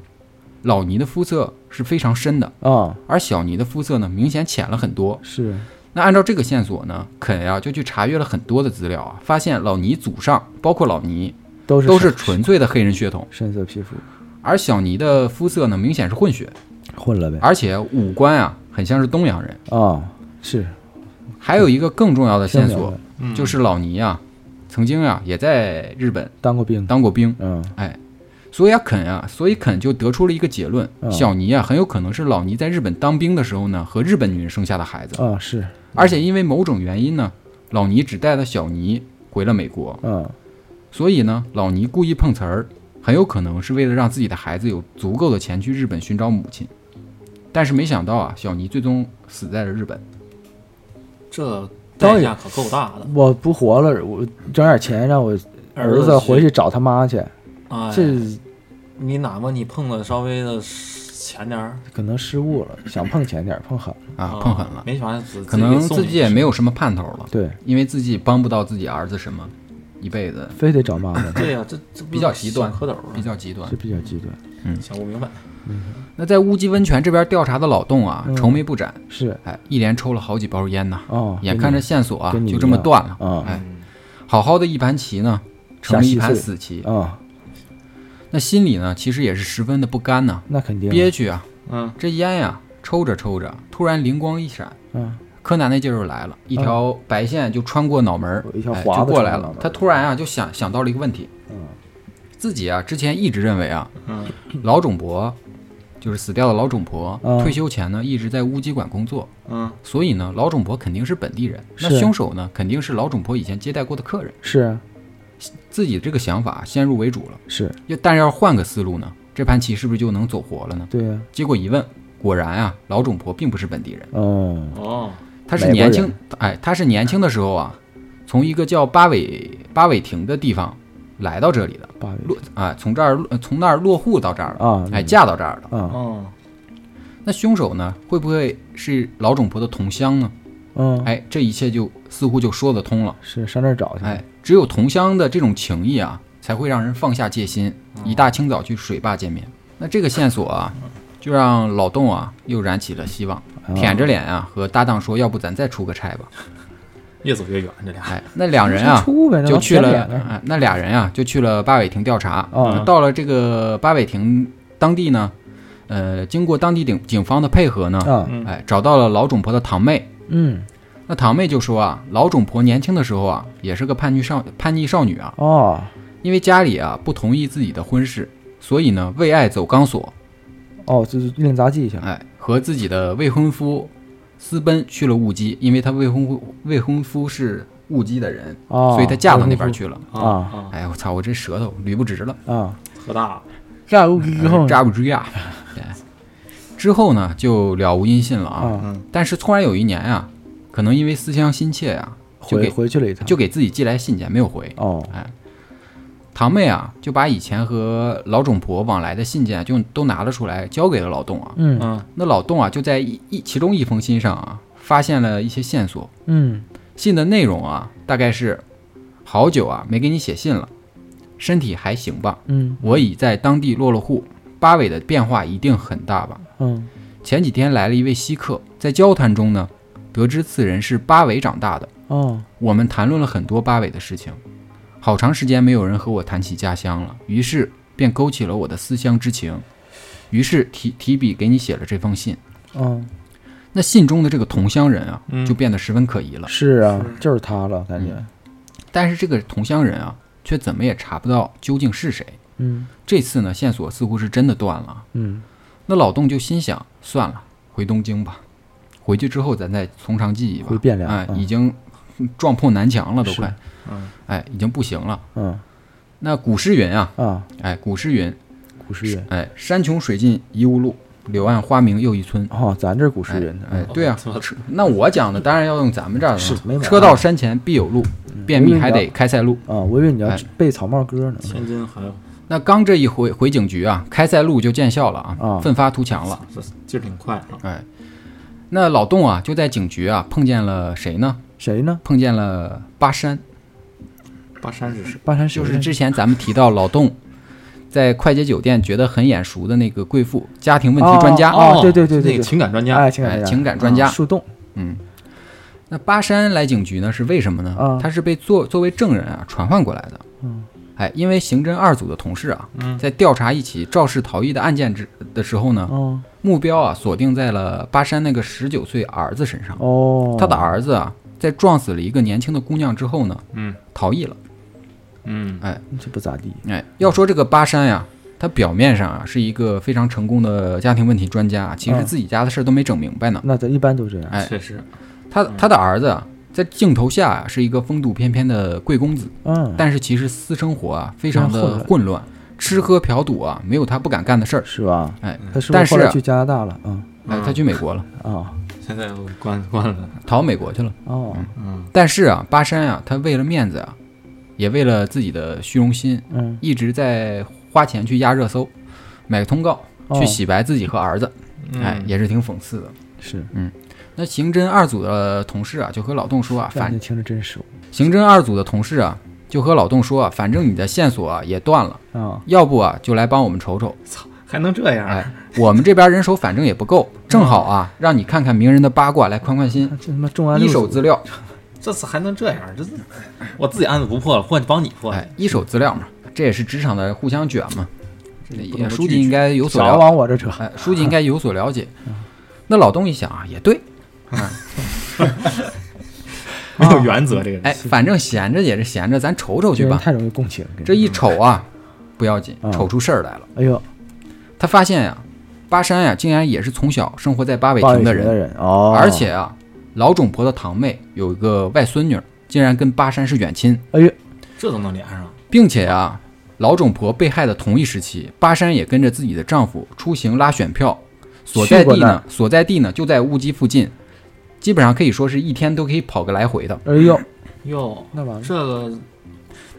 [SPEAKER 1] 老尼的肤色是非常深的，
[SPEAKER 4] 啊，
[SPEAKER 1] 而小尼的肤色呢明显浅了很多。
[SPEAKER 4] 是
[SPEAKER 1] 那按照这个线索呢，肯呀、就去查阅了很多的资料啊，发现老尼祖上包括老尼
[SPEAKER 4] 都是
[SPEAKER 1] 都是纯粹的黑人血统，
[SPEAKER 4] 深色皮肤
[SPEAKER 1] 而小尼的肤色呢明显是混血，
[SPEAKER 4] 混了呗，
[SPEAKER 1] 而且五官啊很像是东洋人。
[SPEAKER 4] 啊，是
[SPEAKER 1] 还有一个更重要的线
[SPEAKER 4] 听明
[SPEAKER 1] 索
[SPEAKER 4] 白了
[SPEAKER 2] 嗯
[SPEAKER 1] 就是老尼啊，曾经啊也在日本
[SPEAKER 4] 当过兵，
[SPEAKER 1] 当过兵，
[SPEAKER 4] 嗯，
[SPEAKER 1] 哎，所以啊肯啊，所以肯就得出了一个结论：
[SPEAKER 4] 嗯
[SPEAKER 1] 小尼啊很有可能是老尼在日本当兵的时候呢和日本女人生下的孩子，
[SPEAKER 4] 啊，是，
[SPEAKER 1] 而且因为某种原因呢，老尼只带了小尼回了美国。
[SPEAKER 4] 嗯，
[SPEAKER 1] 所以呢，老尼故意碰瓷儿，很有可能是为了让自己的孩子有足够的钱去日本寻找母亲。但是没想到啊，小尼最终死在了日本。嗯
[SPEAKER 2] 这代价可够大的。
[SPEAKER 4] 我不活了，我整点钱让我儿子回去找他妈去，
[SPEAKER 2] 哎，
[SPEAKER 4] 这
[SPEAKER 2] 你哪怕你碰的稍微的浅点儿
[SPEAKER 4] 可能失误了，想碰前点儿碰狠了，
[SPEAKER 1] 啊，碰狠了，
[SPEAKER 2] 没法子，
[SPEAKER 1] 可能
[SPEAKER 2] 自己给送
[SPEAKER 1] 自己
[SPEAKER 2] 进去
[SPEAKER 1] 也没有什么盼头了，
[SPEAKER 4] 对，
[SPEAKER 1] 因为自己帮不到自己儿子什么，一辈子
[SPEAKER 4] 非得找妈妈，
[SPEAKER 2] 对呀，这这不
[SPEAKER 1] 比较极端
[SPEAKER 2] 小蝌蚪啊啊
[SPEAKER 1] 比较极端
[SPEAKER 4] 这。比较极端，
[SPEAKER 2] 想不明白。
[SPEAKER 1] 那在乌鸡温泉这边调查的老洞啊，
[SPEAKER 4] 嗯
[SPEAKER 1] 愁眉不展，
[SPEAKER 4] 是，
[SPEAKER 1] 哎，一连抽了好几包烟呐，
[SPEAKER 4] 哦，
[SPEAKER 1] 眼
[SPEAKER 4] 跟
[SPEAKER 1] 看
[SPEAKER 4] 你
[SPEAKER 1] 着线索啊
[SPEAKER 4] 跟你
[SPEAKER 1] 就这
[SPEAKER 4] 一
[SPEAKER 1] 么
[SPEAKER 4] 样
[SPEAKER 1] 断了，
[SPEAKER 4] 啊
[SPEAKER 1] 哎，好好的一盘棋呢，成
[SPEAKER 4] 下
[SPEAKER 1] 了
[SPEAKER 4] 西
[SPEAKER 1] 一盘
[SPEAKER 4] 碎
[SPEAKER 1] 死棋。
[SPEAKER 4] 啊，
[SPEAKER 1] 那心里呢，其实也是十分的不甘呐、
[SPEAKER 4] 那肯定，
[SPEAKER 1] 憋屈啊！
[SPEAKER 2] 嗯，
[SPEAKER 1] 这烟呀、抽着抽着，突然灵光一闪，
[SPEAKER 4] 嗯，
[SPEAKER 1] 柯南那劲儿就来了，一条白线就穿过脑门儿，
[SPEAKER 4] 哦一条
[SPEAKER 1] 哎
[SPEAKER 4] 华子
[SPEAKER 1] 就过来
[SPEAKER 4] 穿过脑
[SPEAKER 1] 了
[SPEAKER 4] 门。儿
[SPEAKER 1] 他突然啊，就想想到了一个问题，
[SPEAKER 4] 嗯
[SPEAKER 1] 自己啊之前一直认为啊，
[SPEAKER 2] 嗯
[SPEAKER 1] 老种婆就是死掉的老种婆，
[SPEAKER 4] 嗯
[SPEAKER 1] 退休前呢一直在乌鸡馆工作，
[SPEAKER 2] 嗯，
[SPEAKER 1] 所以呢老种婆肯定是本地人，那
[SPEAKER 4] 是
[SPEAKER 1] 凶手呢肯定是老种婆以前接待过的客人。
[SPEAKER 4] 是啊
[SPEAKER 1] 自己这个想法先入为主了，
[SPEAKER 4] 是，
[SPEAKER 1] 要但要换个思路呢，这盘棋是不是就能走活了呢？
[SPEAKER 4] 对呀，
[SPEAKER 1] 结果一问，果然啊，老种婆并不是本地人，
[SPEAKER 4] 哦，
[SPEAKER 2] 哦，
[SPEAKER 1] 她是
[SPEAKER 4] 美国
[SPEAKER 1] 年轻
[SPEAKER 4] 人，
[SPEAKER 1] 哎，她是年轻的时候啊，从一个叫八尾八尾亭的地方来到这里的，
[SPEAKER 4] 八
[SPEAKER 1] 落啊，从这儿呃从那儿落户到这儿了，
[SPEAKER 4] 啊，
[SPEAKER 1] 哎，嫁到这儿了。
[SPEAKER 4] 啊，
[SPEAKER 2] 哦，
[SPEAKER 1] 那凶手呢，会不会是老种婆的同乡呢？
[SPEAKER 4] 嗯，
[SPEAKER 1] 哎，这一切就似乎就说得通了。
[SPEAKER 4] 是上这儿找去，
[SPEAKER 1] 哎，只有同乡的这种情谊啊，才会让人放下戒心，一大清早去水坝见面。那这个线索啊，就让老洞啊又燃起了希望，舔着脸啊和搭档说：“要不咱再出个差
[SPEAKER 4] [laughs]
[SPEAKER 1] 吧
[SPEAKER 2] 越走越远，这？”俩
[SPEAKER 1] 哎，那两人
[SPEAKER 4] 先
[SPEAKER 1] 啊
[SPEAKER 4] 出呗，那
[SPEAKER 1] 就
[SPEAKER 4] 老
[SPEAKER 1] 去
[SPEAKER 4] 舔
[SPEAKER 1] 了
[SPEAKER 4] 脸呢，
[SPEAKER 1] 哎那俩人啊就去了八尾亭调查。
[SPEAKER 4] 啊
[SPEAKER 1] 到了这个八尾亭当地呢，呃，经过当地警警方的配合呢，
[SPEAKER 4] 啊，
[SPEAKER 2] 嗯
[SPEAKER 1] 哎，找到了老种婆的堂妹。
[SPEAKER 4] 嗯，
[SPEAKER 1] 那堂妹就说啊，老种婆年轻的时候啊，也是个叛逆少叛逆少女啊，
[SPEAKER 4] 哦，
[SPEAKER 1] 因为家里啊不同意自己的婚事，所以呢为爱走钢索，
[SPEAKER 4] 哦，就是另杂技去了，
[SPEAKER 1] 哎，和自己的未婚夫私奔去了乌鸡，因为她未婚夫未婚夫是乌鸡的人，
[SPEAKER 4] 哦，
[SPEAKER 1] 所以她嫁到那边去了。
[SPEAKER 4] 啊
[SPEAKER 2] 啊，
[SPEAKER 1] 哎，我操，我这舌头捋不直了，哎
[SPEAKER 4] 啊，
[SPEAKER 2] 喝大了，
[SPEAKER 4] 嫁过去之后呢，
[SPEAKER 1] 扎不住 [laughs] 呀。对之后呢就了无音信了啊。
[SPEAKER 4] 啊，
[SPEAKER 1] 但是突然有一年啊，可能因为思乡心切啊，就
[SPEAKER 4] 回
[SPEAKER 1] 给
[SPEAKER 4] 回去了一趟，
[SPEAKER 1] 就给自己寄来信件没有回。
[SPEAKER 4] 哦，
[SPEAKER 1] 堂妹啊就把以前和老种婆往来的信件就都拿了出来，交给了老洞啊。
[SPEAKER 4] 嗯
[SPEAKER 2] 嗯
[SPEAKER 1] 那老洞啊，就在一一其中一封信上啊，发现了一些线索。
[SPEAKER 4] 嗯，
[SPEAKER 1] 信的内容啊，大概是：好久啊没给你写信了，身体还行吧？
[SPEAKER 4] 嗯
[SPEAKER 1] 我已在当地落了户，八尾的变化一定很大吧？
[SPEAKER 4] 嗯，
[SPEAKER 1] 前几天来了一位稀客，在交谈中呢，得知此人是八尾长大的。
[SPEAKER 4] 哦，
[SPEAKER 1] 我们谈论了很多八尾的事情，好长时间没有人和我谈起家乡了，于是便勾起了我的思乡之情，于是提提笔给你写了这封信。
[SPEAKER 4] 嗯，
[SPEAKER 1] 那信中的这个同乡人啊，
[SPEAKER 2] 嗯
[SPEAKER 1] 就变得十分可疑了。
[SPEAKER 4] 是啊，就是他了，感觉，
[SPEAKER 1] 但是这个同乡人啊，却怎么也查不到究竟是谁。
[SPEAKER 4] 嗯
[SPEAKER 1] 这次呢，线索似乎是真的断了。
[SPEAKER 4] 嗯
[SPEAKER 1] 那老洞就心想，算了，回东京吧，回去之后咱再从长计议吧。
[SPEAKER 4] 回汴梁
[SPEAKER 1] 哎，
[SPEAKER 4] 嗯
[SPEAKER 1] 已经撞破南墙了，都快，
[SPEAKER 2] 嗯，
[SPEAKER 1] 哎，已经不行了。
[SPEAKER 4] 嗯
[SPEAKER 1] 那古诗云啊，
[SPEAKER 4] 啊，
[SPEAKER 1] 哎，古诗云，
[SPEAKER 4] 古诗人
[SPEAKER 1] 哎，山穷水尽疑无路，柳暗花明又一村。
[SPEAKER 4] 哦，咱这古诗
[SPEAKER 1] 哎
[SPEAKER 4] 人呢，
[SPEAKER 1] 哎，
[SPEAKER 4] 嗯
[SPEAKER 1] 对啊
[SPEAKER 2] 怎么，
[SPEAKER 1] 车那我讲的当然要用咱们这儿了。
[SPEAKER 4] 是没毛病嗯
[SPEAKER 1] 车到山前必有路，便秘还得开塞露。
[SPEAKER 4] 啊，我以为你要
[SPEAKER 1] 哎
[SPEAKER 4] 背草帽歌呢，
[SPEAKER 2] 天津还有
[SPEAKER 1] 那刚这一回回警局啊，开塞露就见效了啊，
[SPEAKER 4] 啊
[SPEAKER 1] 奋发图强了。
[SPEAKER 2] 这劲儿挺快啊，
[SPEAKER 1] 哎，那老洞啊就在警局啊碰见了谁呢？
[SPEAKER 4] 谁呢？
[SPEAKER 1] 碰见了巴山，
[SPEAKER 2] 巴山是谁？
[SPEAKER 4] 巴山谁
[SPEAKER 1] 就
[SPEAKER 4] 呢
[SPEAKER 1] 是之前咱们提到老洞在快捷酒店觉得很眼熟的那个贵妇家庭问题专家，
[SPEAKER 4] 哦对对对对
[SPEAKER 2] 那个情感专家，
[SPEAKER 4] 哎，情
[SPEAKER 1] 哎
[SPEAKER 4] 感专
[SPEAKER 1] 情
[SPEAKER 4] 家，
[SPEAKER 1] 感专家。
[SPEAKER 4] 树洞
[SPEAKER 1] 嗯，那巴山来警局呢是为什么呢？
[SPEAKER 4] 啊
[SPEAKER 1] 他是被作作为证人啊传唤过来的。
[SPEAKER 4] 嗯，
[SPEAKER 1] 哎，因为刑侦二组的同事啊，
[SPEAKER 2] 嗯
[SPEAKER 1] 在调查一起肇事逃逸的案件之的时候呢，
[SPEAKER 4] 嗯
[SPEAKER 1] 目标啊锁定在了巴山那个十九岁儿子身上。
[SPEAKER 4] 哦，
[SPEAKER 1] 他的儿子啊，在撞死了一个年轻的姑娘之后呢，
[SPEAKER 2] 嗯
[SPEAKER 1] 逃逸了。
[SPEAKER 2] 嗯
[SPEAKER 4] 这不咋地，
[SPEAKER 1] 哎，要说这个巴山呀、他表面上啊是一个非常成功的家庭问题专家，啊其实
[SPEAKER 4] 嗯
[SPEAKER 1] 自己家的事儿都没整明白呢。
[SPEAKER 4] 那咱一般都这样，
[SPEAKER 1] 哎
[SPEAKER 2] 确实，
[SPEAKER 1] 他
[SPEAKER 4] 嗯
[SPEAKER 1] 他的儿子啊，在镜头下啊是一个风度翩翩的贵公子，
[SPEAKER 4] 嗯，
[SPEAKER 1] 但是其实私生活啊非常
[SPEAKER 4] 非常混
[SPEAKER 1] 的
[SPEAKER 4] 乱
[SPEAKER 1] 混乱，吃喝嫖赌啊没有他不敢干的事儿。
[SPEAKER 4] 是吧？
[SPEAKER 1] 哎
[SPEAKER 4] 他是不
[SPEAKER 1] 但
[SPEAKER 4] 是
[SPEAKER 1] 是
[SPEAKER 4] 后来去加拿大了？嗯
[SPEAKER 1] 哎，他去美国了，
[SPEAKER 4] 啊
[SPEAKER 2] 现在我关关了，
[SPEAKER 4] 嗯
[SPEAKER 1] 逃美国去了。
[SPEAKER 4] 哦
[SPEAKER 2] 嗯
[SPEAKER 1] 但是啊，巴山啊，他为了面子啊，也为了自己的虚荣心，
[SPEAKER 4] 嗯，
[SPEAKER 1] 一直在花钱去压热搜，买通告
[SPEAKER 4] 哦嗯
[SPEAKER 1] 去洗白自己和儿子。哎，
[SPEAKER 2] 嗯
[SPEAKER 1] 也是挺讽刺的。
[SPEAKER 4] 是，
[SPEAKER 1] 那刑侦二组的同事啊，就和老洞说啊，
[SPEAKER 4] 这
[SPEAKER 1] 反
[SPEAKER 4] 你听着真熟
[SPEAKER 1] 刑侦二组的同事啊，就和老洞说啊，反正你的线索啊也断了，
[SPEAKER 4] 啊，
[SPEAKER 1] 要不啊就来帮我们瞅瞅。
[SPEAKER 2] 还能这样，
[SPEAKER 1] 哎， [laughs] 我们这边人手反正也不够，正好啊，让你看看名人的八卦，来宽宽心
[SPEAKER 4] 那。这他妈重案
[SPEAKER 1] 一
[SPEAKER 4] 六
[SPEAKER 1] 手
[SPEAKER 4] 组
[SPEAKER 1] 资料，
[SPEAKER 2] 这次还能这样，这次我自己案子不破了，换帮你破，
[SPEAKER 1] 哎，一手资料嘛，这也是职场的互相卷嘛。
[SPEAKER 2] 这不能
[SPEAKER 1] 也
[SPEAKER 2] 不
[SPEAKER 1] 书
[SPEAKER 2] 拒
[SPEAKER 1] 记应
[SPEAKER 2] 绝
[SPEAKER 1] 该有所
[SPEAKER 4] 少
[SPEAKER 1] 了
[SPEAKER 3] 啊
[SPEAKER 4] 往我这扯，
[SPEAKER 1] 哎，书记应该有所了解。那老东一想啊，也对，
[SPEAKER 2] 没有原则这个人，
[SPEAKER 1] 哎，反正闲着也是闲着，咱瞅瞅
[SPEAKER 4] 这
[SPEAKER 1] 去
[SPEAKER 4] 人
[SPEAKER 1] 吧。
[SPEAKER 4] 太容易共情，跟你
[SPEAKER 1] 这一瞅啊，不要紧，
[SPEAKER 4] 嗯
[SPEAKER 1] 瞅出事儿来了。
[SPEAKER 4] 哎呦，
[SPEAKER 1] 他发现呀、巴山呀、竟然也是从小生活在八尾
[SPEAKER 4] 八尾
[SPEAKER 1] 亭
[SPEAKER 4] 亭
[SPEAKER 1] 的
[SPEAKER 4] 的
[SPEAKER 1] 人，
[SPEAKER 4] 人哦，
[SPEAKER 1] 而且啊，老种婆的堂妹有一个外孙女，竟然跟巴山是远亲，
[SPEAKER 4] 哎呦，
[SPEAKER 2] 这都能连上，
[SPEAKER 1] 并且啊，老种婆被害的同一时期，巴山也跟着自己的丈夫出行拉选票，所在地
[SPEAKER 4] 去过那儿
[SPEAKER 1] 呢，所在地呢就在乌鸡附近，基本上可以说是一天都可以跑个来回的。
[SPEAKER 4] 哎呦，
[SPEAKER 2] 哟，
[SPEAKER 4] 那完了，
[SPEAKER 2] 这个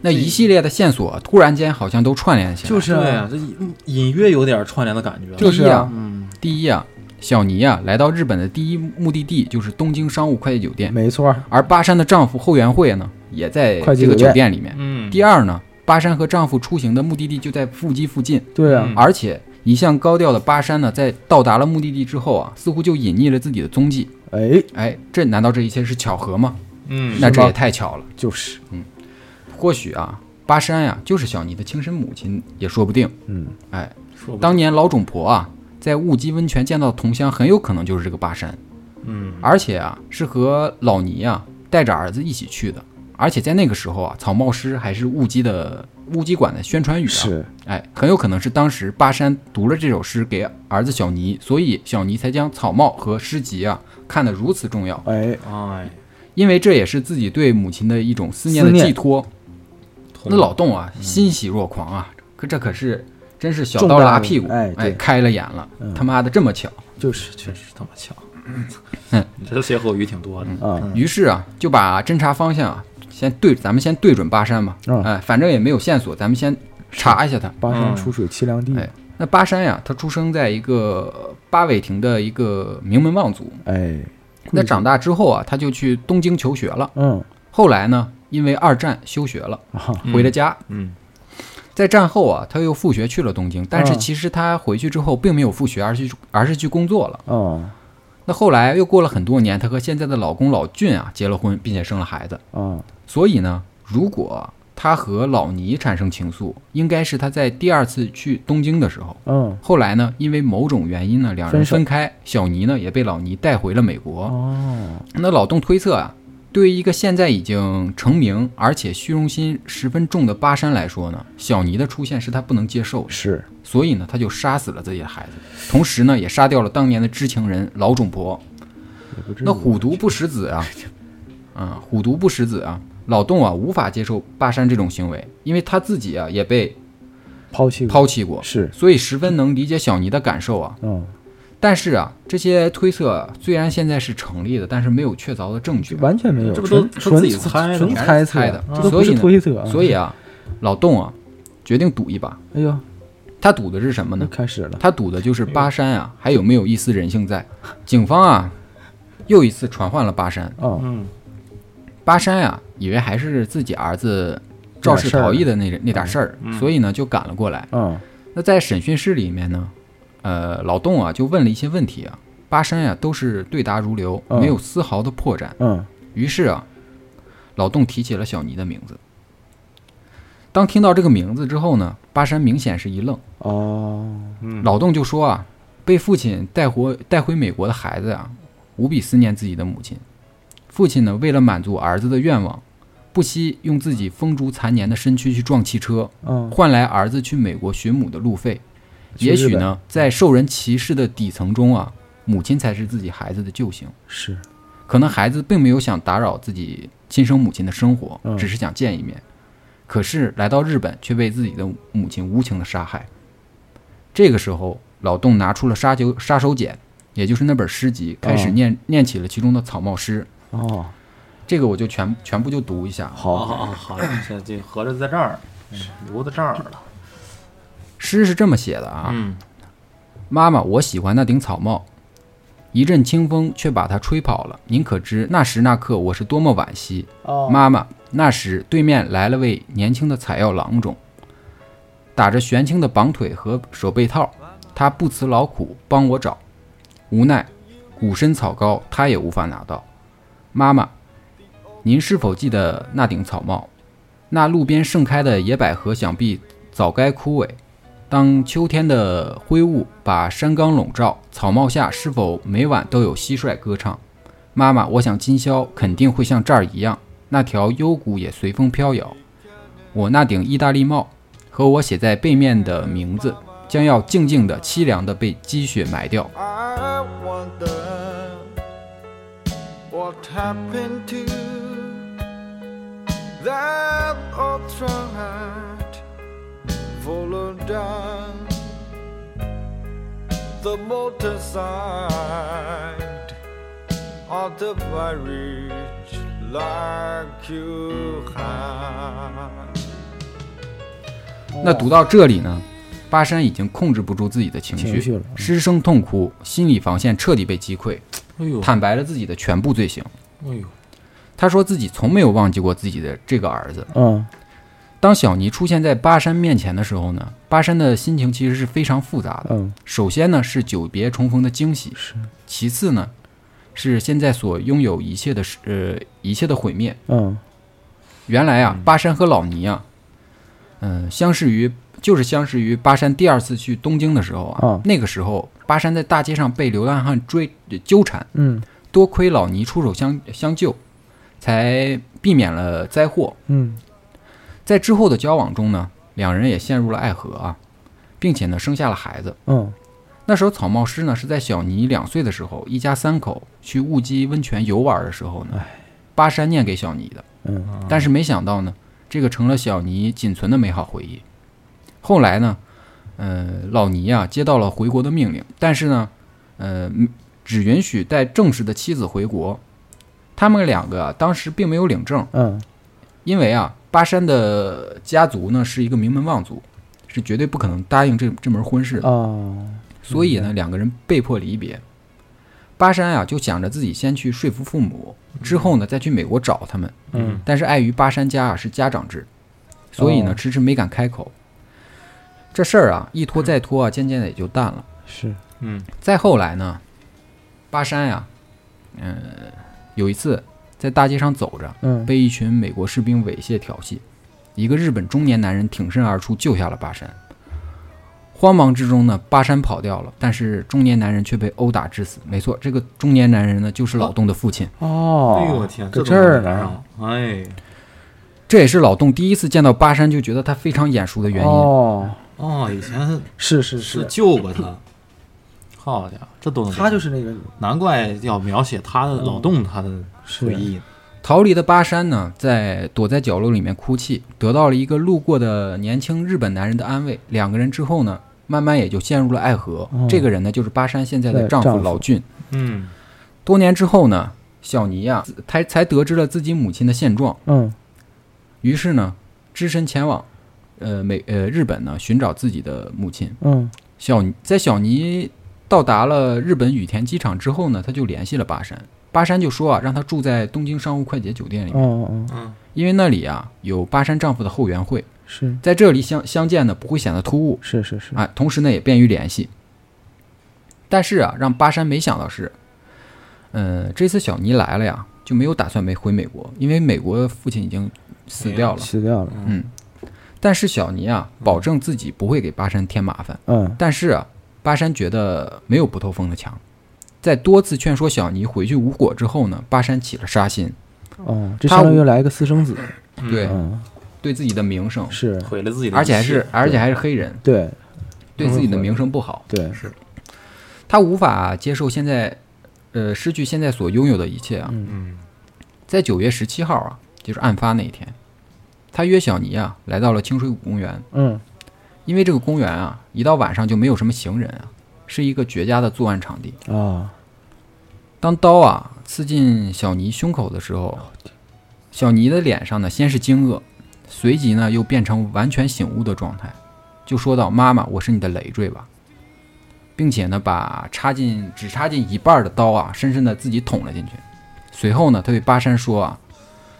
[SPEAKER 1] 那一系列的线索啊突然间好像都串联起来。
[SPEAKER 4] 就是
[SPEAKER 2] 对啊，这隐约有点串联的感觉，
[SPEAKER 1] 第
[SPEAKER 4] 就是
[SPEAKER 1] 一啊
[SPEAKER 4] 啊，
[SPEAKER 2] 嗯，
[SPEAKER 1] 第一啊，小尼啊来到日本的第一目的地就是东京商务快捷酒店，
[SPEAKER 4] 没错，
[SPEAKER 1] 而巴山的丈夫后援会呢也在
[SPEAKER 4] 快捷
[SPEAKER 1] 这个
[SPEAKER 4] 酒
[SPEAKER 1] 酒
[SPEAKER 4] 店
[SPEAKER 1] 店里面。
[SPEAKER 2] 嗯，
[SPEAKER 1] 第二呢，巴山和丈夫出行的目的地就在腹肌附近，
[SPEAKER 4] 对啊
[SPEAKER 2] 嗯，
[SPEAKER 1] 而且一向高调的巴山呢，在到达了目的地之后啊，似乎就隐匿了自己的踪迹。
[SPEAKER 4] 哎，
[SPEAKER 1] 哎，这难道这一切是巧合吗？
[SPEAKER 2] 嗯，
[SPEAKER 1] 那这
[SPEAKER 4] 吗
[SPEAKER 1] 也太巧了。
[SPEAKER 4] 就是，
[SPEAKER 1] 或许啊，巴山呀、就是小尼的亲生母亲也说不定。
[SPEAKER 4] 嗯，
[SPEAKER 1] 哎，
[SPEAKER 2] 说不定
[SPEAKER 1] 当年老种婆啊，在雾鸡温泉见到的同乡，很有可能就是这个巴山。
[SPEAKER 2] 嗯
[SPEAKER 1] 而且啊，是和老尼啊带着儿子一起去的。而且在那个时候啊，草帽师还是雾鸡的雾鸡馆的宣传语啊，
[SPEAKER 4] 是
[SPEAKER 1] 哎，很有可能是当时巴山读了这首诗给儿子小尼，所以小尼才将草帽和诗集啊看得如此重要，
[SPEAKER 4] 哎，
[SPEAKER 2] 哎，
[SPEAKER 1] 因为这也是自己对母亲的一种思念的
[SPEAKER 4] 思念嗯
[SPEAKER 1] 寄托。
[SPEAKER 2] 同
[SPEAKER 1] 那老洞啊，欣喜若狂啊，可这可是真是小刀
[SPEAKER 4] 中大
[SPEAKER 1] 拉
[SPEAKER 4] 了
[SPEAKER 1] 屁股，
[SPEAKER 4] 哎对
[SPEAKER 1] 开了眼了，
[SPEAKER 4] 嗯
[SPEAKER 1] 他妈的这么巧。
[SPEAKER 4] 就是
[SPEAKER 2] 确实他妈巧，
[SPEAKER 1] 嗯
[SPEAKER 2] 你这歇后语挺多的，
[SPEAKER 4] 啊，
[SPEAKER 1] 于是啊，就把侦查方向啊，先对，咱们先对准巴山嘛，
[SPEAKER 4] 嗯
[SPEAKER 1] 哎，反正也没有线索，咱们先查一下他。
[SPEAKER 4] 巴
[SPEAKER 2] 嗯
[SPEAKER 4] 山出水凄凉地，
[SPEAKER 1] 哎那巴山呀、他出生在一个呃八尾亭的一个名门望族。
[SPEAKER 4] 哎，
[SPEAKER 1] 那长大之后啊，他就去东京求学了。
[SPEAKER 4] 嗯
[SPEAKER 1] 后来呢，因为二战休学了，
[SPEAKER 4] 啊，
[SPEAKER 1] 回了家。
[SPEAKER 2] 嗯，
[SPEAKER 1] 在战后啊，他又复学去了东京，但是
[SPEAKER 4] 嗯
[SPEAKER 1] 其实他回去之后并没有复学，而是去而是去工作了。
[SPEAKER 4] 哦
[SPEAKER 1] 那后来又过了很多年，她和现在的老公老俊啊结了婚，并且生了孩子。
[SPEAKER 4] 啊，
[SPEAKER 1] 所以呢，如果她和老尼产生情愫，应该是她在第二次去东京的时候。
[SPEAKER 4] 嗯
[SPEAKER 1] 后来呢，因为某种原因呢，两人
[SPEAKER 4] 分手
[SPEAKER 1] 分开，小尼呢也被老尼带回了美国。
[SPEAKER 4] 哦，
[SPEAKER 1] 那老洞推测啊，对于一个现在已经成名而且虚荣心十分重的巴山来说呢，小尼的出现是他不能接受的，
[SPEAKER 4] 是
[SPEAKER 1] 所以呢，他就杀死了自己的孩子，同时呢，也杀掉了当年的知情人老种婆。
[SPEAKER 4] 也不至于
[SPEAKER 1] 那虎毒不食子啊，啊，虎毒不食子啊，老洞啊无法接受巴山这种行为，因为他自己啊也被
[SPEAKER 4] 抛弃
[SPEAKER 1] 抛弃过，
[SPEAKER 4] 是，
[SPEAKER 1] 所以十分能理解小尼的感受啊。
[SPEAKER 4] 嗯，
[SPEAKER 1] 但是啊，这些推测啊虽然现在是成立的，但是没有确凿的证据啊
[SPEAKER 4] 就，完全没有，
[SPEAKER 2] 这不都
[SPEAKER 4] 纯
[SPEAKER 2] 都自己
[SPEAKER 4] 纯
[SPEAKER 2] 猜的
[SPEAKER 4] 纯
[SPEAKER 1] 全是
[SPEAKER 4] 猜测
[SPEAKER 1] 猜的，
[SPEAKER 4] 这都
[SPEAKER 1] 所
[SPEAKER 4] 不
[SPEAKER 1] 以
[SPEAKER 4] 是
[SPEAKER 1] 呢，
[SPEAKER 4] 推测啊，
[SPEAKER 1] 所以啊，老洞啊决定赌一把。
[SPEAKER 4] 哎呦，
[SPEAKER 1] 他赌的是什么
[SPEAKER 4] 又
[SPEAKER 1] 呢？
[SPEAKER 4] 开始了，
[SPEAKER 1] 他赌的就是巴山啊，还有没有一丝人性在？警方啊，又一次传唤了巴山。
[SPEAKER 4] 啊，
[SPEAKER 2] 嗯，
[SPEAKER 1] 巴山啊，以为还是自己儿子肇事逃逸的那那点事儿，
[SPEAKER 2] 嗯
[SPEAKER 1] 所以呢就赶了过来。
[SPEAKER 4] 嗯，
[SPEAKER 1] 那在审讯室里面呢，呃，老洞啊就问了一些问题啊，巴山呀、都是对答如流，
[SPEAKER 4] 嗯
[SPEAKER 1] 没有丝毫的破绽。
[SPEAKER 4] 嗯，
[SPEAKER 1] 于是啊，老洞提起了小尼的名字。当听到这个名字之后呢，巴山明显是一愣，
[SPEAKER 4] 哦，
[SPEAKER 2] 嗯
[SPEAKER 1] 老洞就说啊，被父亲带回带回美国的孩子啊，无比思念自己的母亲。父亲呢，为了满足儿子的愿望，不惜用自己风烛残年的身躯去撞汽车，
[SPEAKER 4] 嗯，
[SPEAKER 1] 换来儿子去美国寻母的路费。
[SPEAKER 4] 去
[SPEAKER 1] 也
[SPEAKER 4] 日
[SPEAKER 1] 许
[SPEAKER 4] 本
[SPEAKER 1] 呢，在受人歧视的底层中啊，母亲才是自己孩子的救星。
[SPEAKER 4] 是，
[SPEAKER 1] 可能孩子并没有想打扰自己亲生母亲的生活，
[SPEAKER 4] 嗯
[SPEAKER 1] 只是想见一面。可是来到日本，却被自己的母亲无情的杀害。这个时候，老洞拿出了杀手杀手锏，也就是那本诗集，开始
[SPEAKER 4] 哦
[SPEAKER 1] 念、念起了其中的草帽诗。
[SPEAKER 4] 哦，
[SPEAKER 1] 这个我就全全部就读一下。
[SPEAKER 2] 哦
[SPEAKER 4] 好，
[SPEAKER 2] 哦好，这这合着在这儿，嗯留在这儿了，
[SPEAKER 1] 诗是这么写的啊：
[SPEAKER 2] 嗯
[SPEAKER 1] 妈妈，我喜欢那顶草帽，一阵清风却把它吹跑了。您可知那时那刻我是多么惋惜？
[SPEAKER 4] 哦，
[SPEAKER 1] 妈妈，那时对面来了位年轻的采药郎中，打着悬青的绑腿和手背套，他不辞劳苦帮我找，无奈古参草膏他也无法拿到。妈妈，您是否记得那顶草帽？那路边盛开的野百合想必早该枯萎。当秋天的灰雾把山岗笼罩，草帽下是否每晚都有蟋蟀歌唱？妈妈，我想今宵肯定会像这儿一样，那条幽谷也随风飘摇。我那顶意大利帽和我写在背面的名字，将要静静的、凄凉的被积雪埋掉。
[SPEAKER 5] I wonder what happened to that old strong heart followed down the motorside of the barrage like you had.
[SPEAKER 1] 那读到这里呢，巴山已经控制不住自己的情
[SPEAKER 4] 情绪
[SPEAKER 1] 绪
[SPEAKER 4] 了，嗯
[SPEAKER 1] 失声痛哭，心理防线彻底被击溃，
[SPEAKER 2] 哎呦，
[SPEAKER 1] 坦白了自己的全部罪行。
[SPEAKER 2] 哎呦，
[SPEAKER 1] 他说自己从没有忘记过自己的这个儿子。
[SPEAKER 4] 嗯，
[SPEAKER 1] 当小尼出现在巴山面前的时候呢，巴山的心情其实是非常复杂的。
[SPEAKER 4] 嗯，
[SPEAKER 1] 首先呢是久别重逢的惊喜，
[SPEAKER 4] 是，
[SPEAKER 1] 其次呢是现在所拥有一切的是呃一切的毁灭。
[SPEAKER 4] 嗯，
[SPEAKER 1] 原来啊，巴山和老尼啊，嗯、相识于就是相识于巴山第二次去东京的时候啊，
[SPEAKER 4] 嗯
[SPEAKER 1] 那个时候巴山在大街上被流浪汉追纠缠，
[SPEAKER 4] 嗯，
[SPEAKER 1] 多亏老尼出手相相救，才避免了灾祸。
[SPEAKER 4] 嗯，
[SPEAKER 1] 在之后的交往中呢，两人也陷入了爱河啊，并且呢生下了孩子。
[SPEAKER 4] 嗯，
[SPEAKER 1] 那时候草帽师呢是在小尼两岁的时候，一家三口去雾鸡温泉游玩的时候呢，巴山念给小尼的，
[SPEAKER 4] 嗯，
[SPEAKER 1] 但是没想到呢，这个成了小尼仅存的美好回忆。后来呢，呃，老尼啊接到了回国的命令，但是呢，呃，只允许带正式的妻子回国。他们两个啊当时并没有领证，
[SPEAKER 4] 嗯，
[SPEAKER 1] 因为啊，巴山的家族呢是一个名门望族，是绝对不可能答应这这门婚事的。
[SPEAKER 4] 哦，
[SPEAKER 1] 所以呢，两个人被迫离别。巴山啊，就想着自己先去说服父母，之后呢再去美国找他们。
[SPEAKER 4] 嗯，
[SPEAKER 1] 但是碍于巴山家啊是家长制，所以呢
[SPEAKER 4] 哦
[SPEAKER 1] 迟迟没敢开口。这事儿啊一拖再拖啊，渐渐的也就淡了。
[SPEAKER 4] 是，
[SPEAKER 2] 嗯
[SPEAKER 1] 再后来呢，巴山呀、嗯、有一次在大街上走着，
[SPEAKER 4] 嗯，
[SPEAKER 1] 被一群美国士兵猥亵调戏，一个日本中年男人挺身而出救下了巴山。慌忙之中呢，巴山跑掉了，但是中年男人却被殴打致死。没错，这个中年男人呢，就是老洞的父亲。
[SPEAKER 4] 哦，
[SPEAKER 2] 哎呦我天，
[SPEAKER 4] 搁
[SPEAKER 2] 都
[SPEAKER 4] 这儿
[SPEAKER 2] 能
[SPEAKER 4] 呢。
[SPEAKER 2] 啊！哎，
[SPEAKER 1] 这也是老洞第一次见到巴山就觉得他非常眼熟的原因。
[SPEAKER 4] 哦，
[SPEAKER 2] 哦，以前
[SPEAKER 4] 是是
[SPEAKER 2] 是
[SPEAKER 4] 是，
[SPEAKER 2] 救
[SPEAKER 1] 嗯
[SPEAKER 2] 过他，好家伙，这都能
[SPEAKER 4] 他就是那个
[SPEAKER 2] 难怪要描写他
[SPEAKER 1] 嗯
[SPEAKER 2] 的老洞，他的回
[SPEAKER 4] 是
[SPEAKER 2] 忆。
[SPEAKER 1] 逃离的巴山呢，在躲在角落里面哭泣，得到了一个路过的年轻日本男人的安慰。两个人之后呢，慢慢也就陷入了爱河。
[SPEAKER 4] 嗯
[SPEAKER 1] 这个人呢，就是巴山现在的
[SPEAKER 4] 对
[SPEAKER 1] 丈夫
[SPEAKER 4] 丈夫
[SPEAKER 1] 老俊。
[SPEAKER 2] 嗯，
[SPEAKER 1] 多年之后呢，小尼呀、才才得知了自己母亲的现状，
[SPEAKER 4] 嗯
[SPEAKER 1] 于是呢，只身前往，呃美呃日本呢寻找自己的母亲。
[SPEAKER 4] 嗯
[SPEAKER 1] 小尼在小尼到达了日本羽田机场之后呢，他就联系了巴山。巴山就说啊，让他住在东京商务快捷酒店里面，
[SPEAKER 4] 嗯嗯，
[SPEAKER 1] 因为那里啊有巴山丈夫的后援会，
[SPEAKER 4] 是
[SPEAKER 1] 在这里相相见呢不会显得突兀
[SPEAKER 4] 是是是，
[SPEAKER 1] 啊，同时呢也便于联系。但是啊，让巴山没想到是，嗯，这次小尼来了呀，就没有打算没回美国，因为美国父亲已经死掉了。
[SPEAKER 4] 死掉了。
[SPEAKER 1] 嗯，但是小尼啊，保证自己不会给巴山添麻烦。
[SPEAKER 4] 嗯
[SPEAKER 1] 但是啊，巴山觉得没有不透风的墙。在多次劝说小尼回去无果之后呢，巴山起了杀心，
[SPEAKER 4] 哦，这
[SPEAKER 1] 他
[SPEAKER 4] 相当于来个私生子。
[SPEAKER 2] 嗯
[SPEAKER 1] 对
[SPEAKER 4] 嗯，
[SPEAKER 1] 对自己的名声，
[SPEAKER 4] 是，
[SPEAKER 2] 毁了自己的一切，
[SPEAKER 1] 而且还是而且还是黑人，
[SPEAKER 4] 对
[SPEAKER 1] 对自己的名声不好，
[SPEAKER 4] 对，
[SPEAKER 1] 他无法接受现在，呃，失去现在所拥有的一切啊。
[SPEAKER 2] 嗯
[SPEAKER 1] 在九月十七号啊，就是案发那一天，他约小尼啊来到了清水谷公园，
[SPEAKER 4] 嗯
[SPEAKER 1] 因为这个公园啊，一到晚上就没有什么行人啊，是一个绝佳的作案场地。
[SPEAKER 4] 啊，
[SPEAKER 1] 当刀啊刺进小尼胸口的时候，小尼的脸上呢先是惊愕，随即呢又变成完全醒悟的状态，就说道：“妈妈，我是你的累赘吧。”并且呢，把插进只插进一半的刀啊，深深的自己捅了进去。随后呢，他对巴山说：“啊，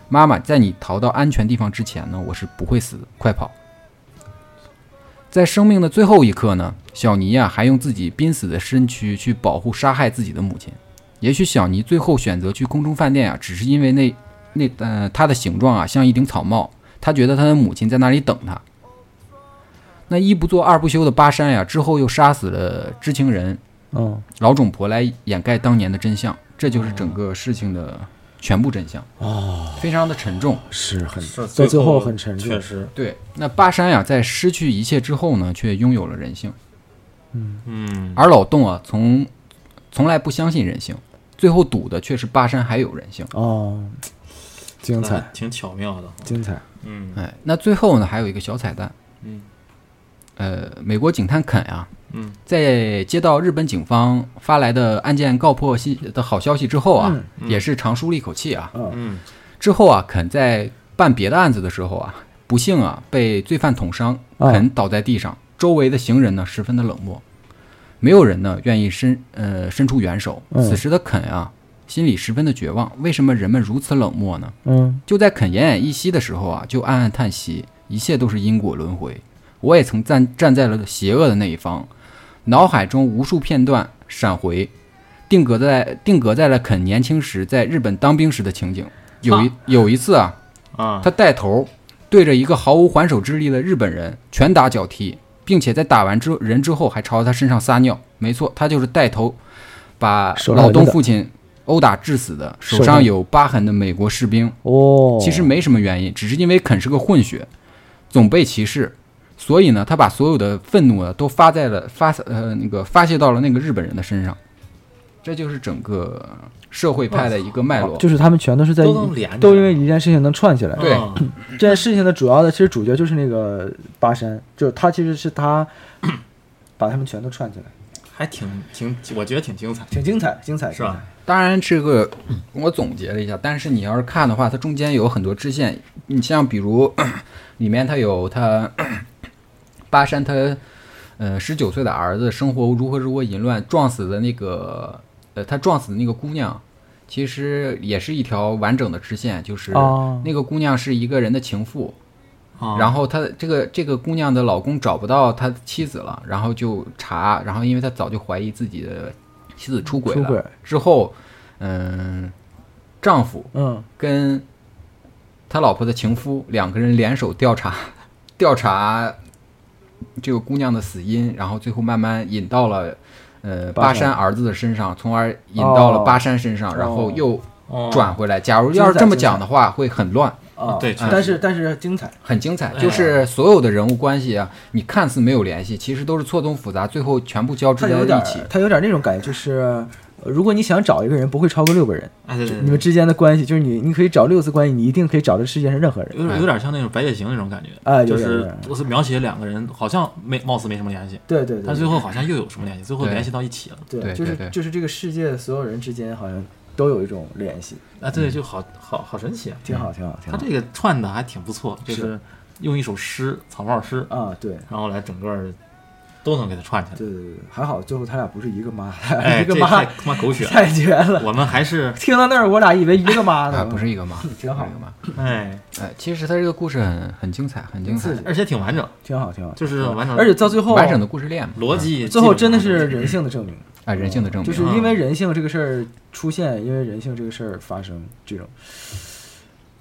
[SPEAKER 1] 妈妈，在你逃到安全地方之前呢，我是不会死的，快跑！”在生命的最后一刻呢，小尼啊还用自己濒死的身躯去保护杀害自己的母亲。也许小尼最后选择去空中饭店啊，只是因为那那呃他的形状啊像一顶草帽，他觉得他的母亲在那里等他。那一不做二不休的巴山呀、之后又杀死了知情人
[SPEAKER 4] 嗯
[SPEAKER 1] 老种婆来掩盖当年的真相，这就是整个事情的全部真相，
[SPEAKER 4] 哦，
[SPEAKER 1] 非常的沉重。
[SPEAKER 4] 是很
[SPEAKER 2] 是
[SPEAKER 4] 到最
[SPEAKER 2] 后
[SPEAKER 4] 后很沉重
[SPEAKER 2] 确实，
[SPEAKER 1] 对，那巴山呀、在失去一切之后呢，却拥有了人性，
[SPEAKER 2] 嗯，
[SPEAKER 1] 而老洞啊从从来不相信人性，最后赌的却是巴山还有人性。
[SPEAKER 4] 哦，精
[SPEAKER 2] 那
[SPEAKER 4] 彩
[SPEAKER 2] 哎挺巧妙的，
[SPEAKER 4] 精彩，
[SPEAKER 2] 嗯
[SPEAKER 1] 哎，那最后呢，还有一个小彩蛋。
[SPEAKER 2] 嗯，
[SPEAKER 1] 呃，美国警探肯啊，
[SPEAKER 2] 嗯，
[SPEAKER 1] 在接到日本警方发来的案件告破信的好消息之后
[SPEAKER 4] 嗯
[SPEAKER 1] 啊，也是长舒了一口气啊。
[SPEAKER 2] 嗯
[SPEAKER 1] 之后啊，肯在办别的案子的时候啊，不幸啊被罪犯捅伤，
[SPEAKER 4] 啊
[SPEAKER 1] 肯倒在地上，周围的行人呢十分的冷漠，没有人呢愿意伸呃伸出援手。
[SPEAKER 4] 嗯
[SPEAKER 1] 此时的肯啊，心里十分的绝望，为什么人们如此冷漠呢？
[SPEAKER 4] 嗯
[SPEAKER 1] 就在肯奄奄一息的时候啊，就暗暗叹息，一切都是因果轮回。我也曾站站在了邪恶的那一方，脑海中无数片段闪回，定格在定格在了肯年轻时在日本当兵时的情景。有一有一次啊，
[SPEAKER 2] 啊，
[SPEAKER 1] 他带头对着一个毫无还手之力的日本人拳打脚踢，并且在打完之人之后还朝他身上撒尿。没错，他就是带头把
[SPEAKER 4] 手上
[SPEAKER 1] 老东
[SPEAKER 4] 有的
[SPEAKER 1] 父亲殴打致死的，手
[SPEAKER 4] 手
[SPEAKER 1] 上
[SPEAKER 4] 上
[SPEAKER 1] 有疤痕的美国士兵。
[SPEAKER 4] 哦，
[SPEAKER 1] 其实没什么原因，只是因为肯是个混血，总被歧视，所以呢，他把所有的愤怒呢啊都发在了发呃那个发泄到了那个日本人的身上，这就是整个社会派的一个脉络。
[SPEAKER 4] 哦就是他们全都是在
[SPEAKER 2] 都能连起
[SPEAKER 4] 都因
[SPEAKER 2] 来
[SPEAKER 4] 为一件事情能串起来。
[SPEAKER 1] 对
[SPEAKER 2] 啊
[SPEAKER 4] 这件事情的主要的其实主角就是那个巴山，就是他其实是
[SPEAKER 2] [clears throat]
[SPEAKER 4] 他把他们全都串起来，
[SPEAKER 2] 还挺挺，我觉得挺精彩，
[SPEAKER 4] 挺精彩，精彩
[SPEAKER 2] 是？吧？
[SPEAKER 1] 当然，这个我总结了一下，但是你要是看的话，它中间有很多支线，你像比如 [clears throat] 里面它 [clears throat] 有他巴山他呃十九岁的儿子生活如何如何淫乱，撞死的那个呃他撞死的那个姑娘，其实也是一条完整的支线，就是
[SPEAKER 4] 哦
[SPEAKER 1] 那个姑娘是一个人的情妇，
[SPEAKER 2] 啊，
[SPEAKER 1] 然后他这个这个姑娘的老公找不到他妻子了，然后就查，然后因为他早就怀疑自己的妻子出轨了，
[SPEAKER 4] 出轨
[SPEAKER 1] 之后，嗯，丈夫
[SPEAKER 4] 嗯，
[SPEAKER 1] 跟 [laughs] 他老婆的情夫两个人联手调查，调查这个姑娘的死因，然后最后慢慢引到了呃
[SPEAKER 3] 巴
[SPEAKER 1] 巴
[SPEAKER 3] 山
[SPEAKER 1] 山儿子的身上，从而引到了
[SPEAKER 3] 哦
[SPEAKER 1] 巴山身上，然后又
[SPEAKER 6] 哦
[SPEAKER 1] 转回来。假如要是这么讲的话，会很乱。
[SPEAKER 3] 啊，
[SPEAKER 2] 对确实
[SPEAKER 3] 但是但是精彩，
[SPEAKER 1] 很精
[SPEAKER 3] 哎
[SPEAKER 1] 彩，就是所有的人物关系啊，你看似没有联系，其实都是错综复杂，最后全部交织
[SPEAKER 3] 它
[SPEAKER 1] 在
[SPEAKER 3] 有点
[SPEAKER 1] 一
[SPEAKER 3] 儿
[SPEAKER 1] 起。
[SPEAKER 3] 它有点儿那种感觉，就是呃如果你想找一个人，不会超过六个人，
[SPEAKER 2] 哎，对对
[SPEAKER 3] 你
[SPEAKER 2] 对
[SPEAKER 3] 们之间的关系就是你你可以找六次关系，你一定可以找这世界上任何人。
[SPEAKER 2] 有点有点像那种《白夜行》那种感觉，
[SPEAKER 3] 哎
[SPEAKER 2] 就
[SPEAKER 3] 有点有
[SPEAKER 2] 是
[SPEAKER 3] 点
[SPEAKER 2] 我是描写两个人好像没貌似没什么联系，
[SPEAKER 3] 对对对
[SPEAKER 2] 但，最后好像又有什么联系，最后
[SPEAKER 1] 对
[SPEAKER 2] 联系到一起了。
[SPEAKER 1] 对
[SPEAKER 3] 就是
[SPEAKER 1] 对对
[SPEAKER 3] 就是这个世界所有人之间好像都有一种联系，
[SPEAKER 2] 哎，对，就好好好神奇啊！
[SPEAKER 3] 挺好挺好挺
[SPEAKER 2] 他
[SPEAKER 3] 好。
[SPEAKER 2] 这个串的还挺不错，就是用一首诗草帽诗，
[SPEAKER 3] 啊，对
[SPEAKER 2] 然后来整个儿都能给它串起来。
[SPEAKER 3] 对对对，对还好最后他俩不是一个妈，
[SPEAKER 2] 哎，
[SPEAKER 3] 一
[SPEAKER 2] 这
[SPEAKER 3] 个
[SPEAKER 2] 太
[SPEAKER 3] 妈
[SPEAKER 2] 他妈狗血了！
[SPEAKER 3] 太绝了。
[SPEAKER 2] 我们还是
[SPEAKER 3] 听到那儿，我俩以为一个妈
[SPEAKER 1] 啊，
[SPEAKER 3] 呢，
[SPEAKER 1] 不是一个嘛，
[SPEAKER 3] [laughs] 挺好
[SPEAKER 1] 不是一个嘛。
[SPEAKER 2] 哎，
[SPEAKER 1] 哎，其实它这个故事很很精彩，很精彩
[SPEAKER 3] 刺，激，
[SPEAKER 2] 而且挺完整，
[SPEAKER 3] 挺好挺好。
[SPEAKER 2] 就是完整，
[SPEAKER 3] 而且到最后，
[SPEAKER 1] 完整的故事链嘛，
[SPEAKER 2] 逻辑
[SPEAKER 3] 最后真的
[SPEAKER 2] 基本
[SPEAKER 3] 是
[SPEAKER 2] 上
[SPEAKER 3] 人性的证明，
[SPEAKER 1] 啊，人性的证明，
[SPEAKER 3] 哦就是因为人性这个事儿出现，因为人性这个事儿发生，这种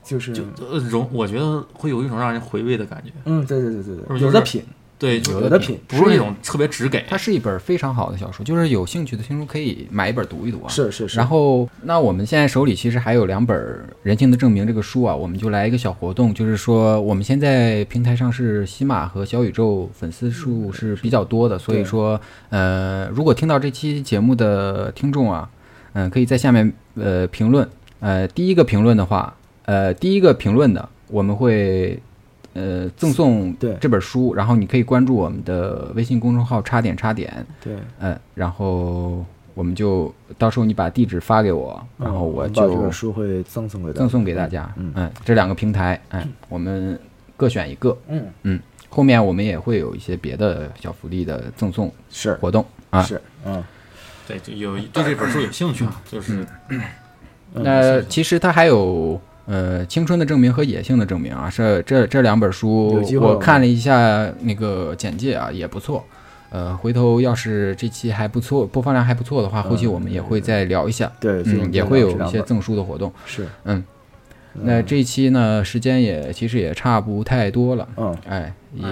[SPEAKER 3] 就是
[SPEAKER 2] 就呃容，我觉得会有一种让人回味的感觉。
[SPEAKER 3] 嗯，对对对对
[SPEAKER 2] 不
[SPEAKER 3] 对，
[SPEAKER 2] 是就
[SPEAKER 3] 有
[SPEAKER 2] 是
[SPEAKER 3] 的品，
[SPEAKER 2] 对，就
[SPEAKER 3] 有的品，
[SPEAKER 2] 不是那种特别直给，
[SPEAKER 1] 它是一本非常好的小说，就是有兴趣的听众可以买一本读一读啊。
[SPEAKER 3] 是是是
[SPEAKER 1] 然后，那我们现在手里其实还有两本《人性的证明》这个书啊，我们就来一个小活动，就是说我们现在平台上是喜马和小宇宙粉丝数是比较多的，所以说，呃，如果听到这期节目的听众啊，嗯、可以在下面呃评论，呃，第一个评论的话，呃，第一个评论的我们会呃赠送
[SPEAKER 3] 对
[SPEAKER 1] 这本书，然后你可以关注我们的微信公众号“差点差点”，
[SPEAKER 3] 对，
[SPEAKER 1] 嗯，然后我们就到时候你把地址发给我，然后我
[SPEAKER 3] 嗯把这
[SPEAKER 1] 就
[SPEAKER 3] 本书会赠送给大
[SPEAKER 1] 赠
[SPEAKER 3] 家，
[SPEAKER 1] 送给大家。
[SPEAKER 3] 嗯
[SPEAKER 1] 嗯，这两个平台，哎，我们各选一个。
[SPEAKER 3] 嗯，
[SPEAKER 1] 嗯，后面我们也会有一些别的小福利的赠送
[SPEAKER 3] 是
[SPEAKER 1] 活动啊。
[SPEAKER 3] 是，嗯，
[SPEAKER 2] 对，就有对这本书有兴趣啊，就是
[SPEAKER 1] 那其实它还有呃《青春的证明》和《野性的证明》啊，这这这两本
[SPEAKER 3] 有
[SPEAKER 1] 书
[SPEAKER 3] 机会我
[SPEAKER 1] 我
[SPEAKER 3] 们
[SPEAKER 1] 看了一下那个简介啊，也不错。呃，回头要是这期还不错，播放量还不错的
[SPEAKER 3] 嗯
[SPEAKER 1] 话，后期我们也会再聊一下，
[SPEAKER 3] 对，所以我
[SPEAKER 1] 嗯，
[SPEAKER 3] 们
[SPEAKER 1] 也
[SPEAKER 3] 就
[SPEAKER 1] 会
[SPEAKER 3] 聊
[SPEAKER 1] 有
[SPEAKER 3] 这
[SPEAKER 1] 一
[SPEAKER 3] 两
[SPEAKER 1] 些
[SPEAKER 3] 本
[SPEAKER 1] 赠书的活动。
[SPEAKER 3] 是，嗯
[SPEAKER 1] 嗯，那这一期呢，时间也其实也差不太多了，
[SPEAKER 3] 嗯，
[SPEAKER 1] 哎，也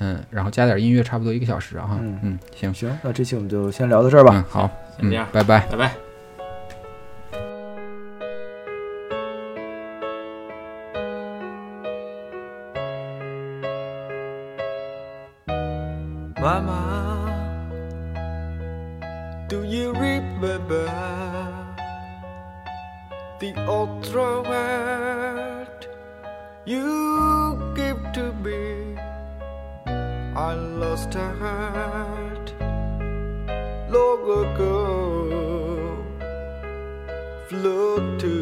[SPEAKER 1] 嗯，然后加点音乐，差不多一个小时啊，哈
[SPEAKER 3] 嗯
[SPEAKER 1] 嗯，行，
[SPEAKER 3] 行，那这期我们就先聊到这儿吧。
[SPEAKER 1] 嗯，好，
[SPEAKER 2] 先
[SPEAKER 1] 嗯
[SPEAKER 2] 这样，
[SPEAKER 1] 拜拜。
[SPEAKER 2] 拜拜。
[SPEAKER 5] Mama, do you remember the ultra word you gave to me? I lost a heart long ago. Float to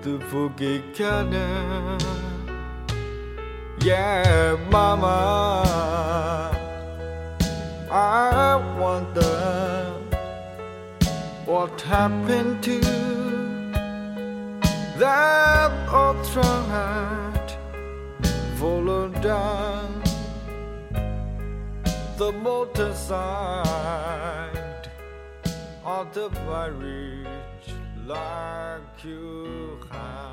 [SPEAKER 5] the forget canal. Yeah, mama. I wonder what happened to that ultra heart fallen down the motorcycle on the very like you had.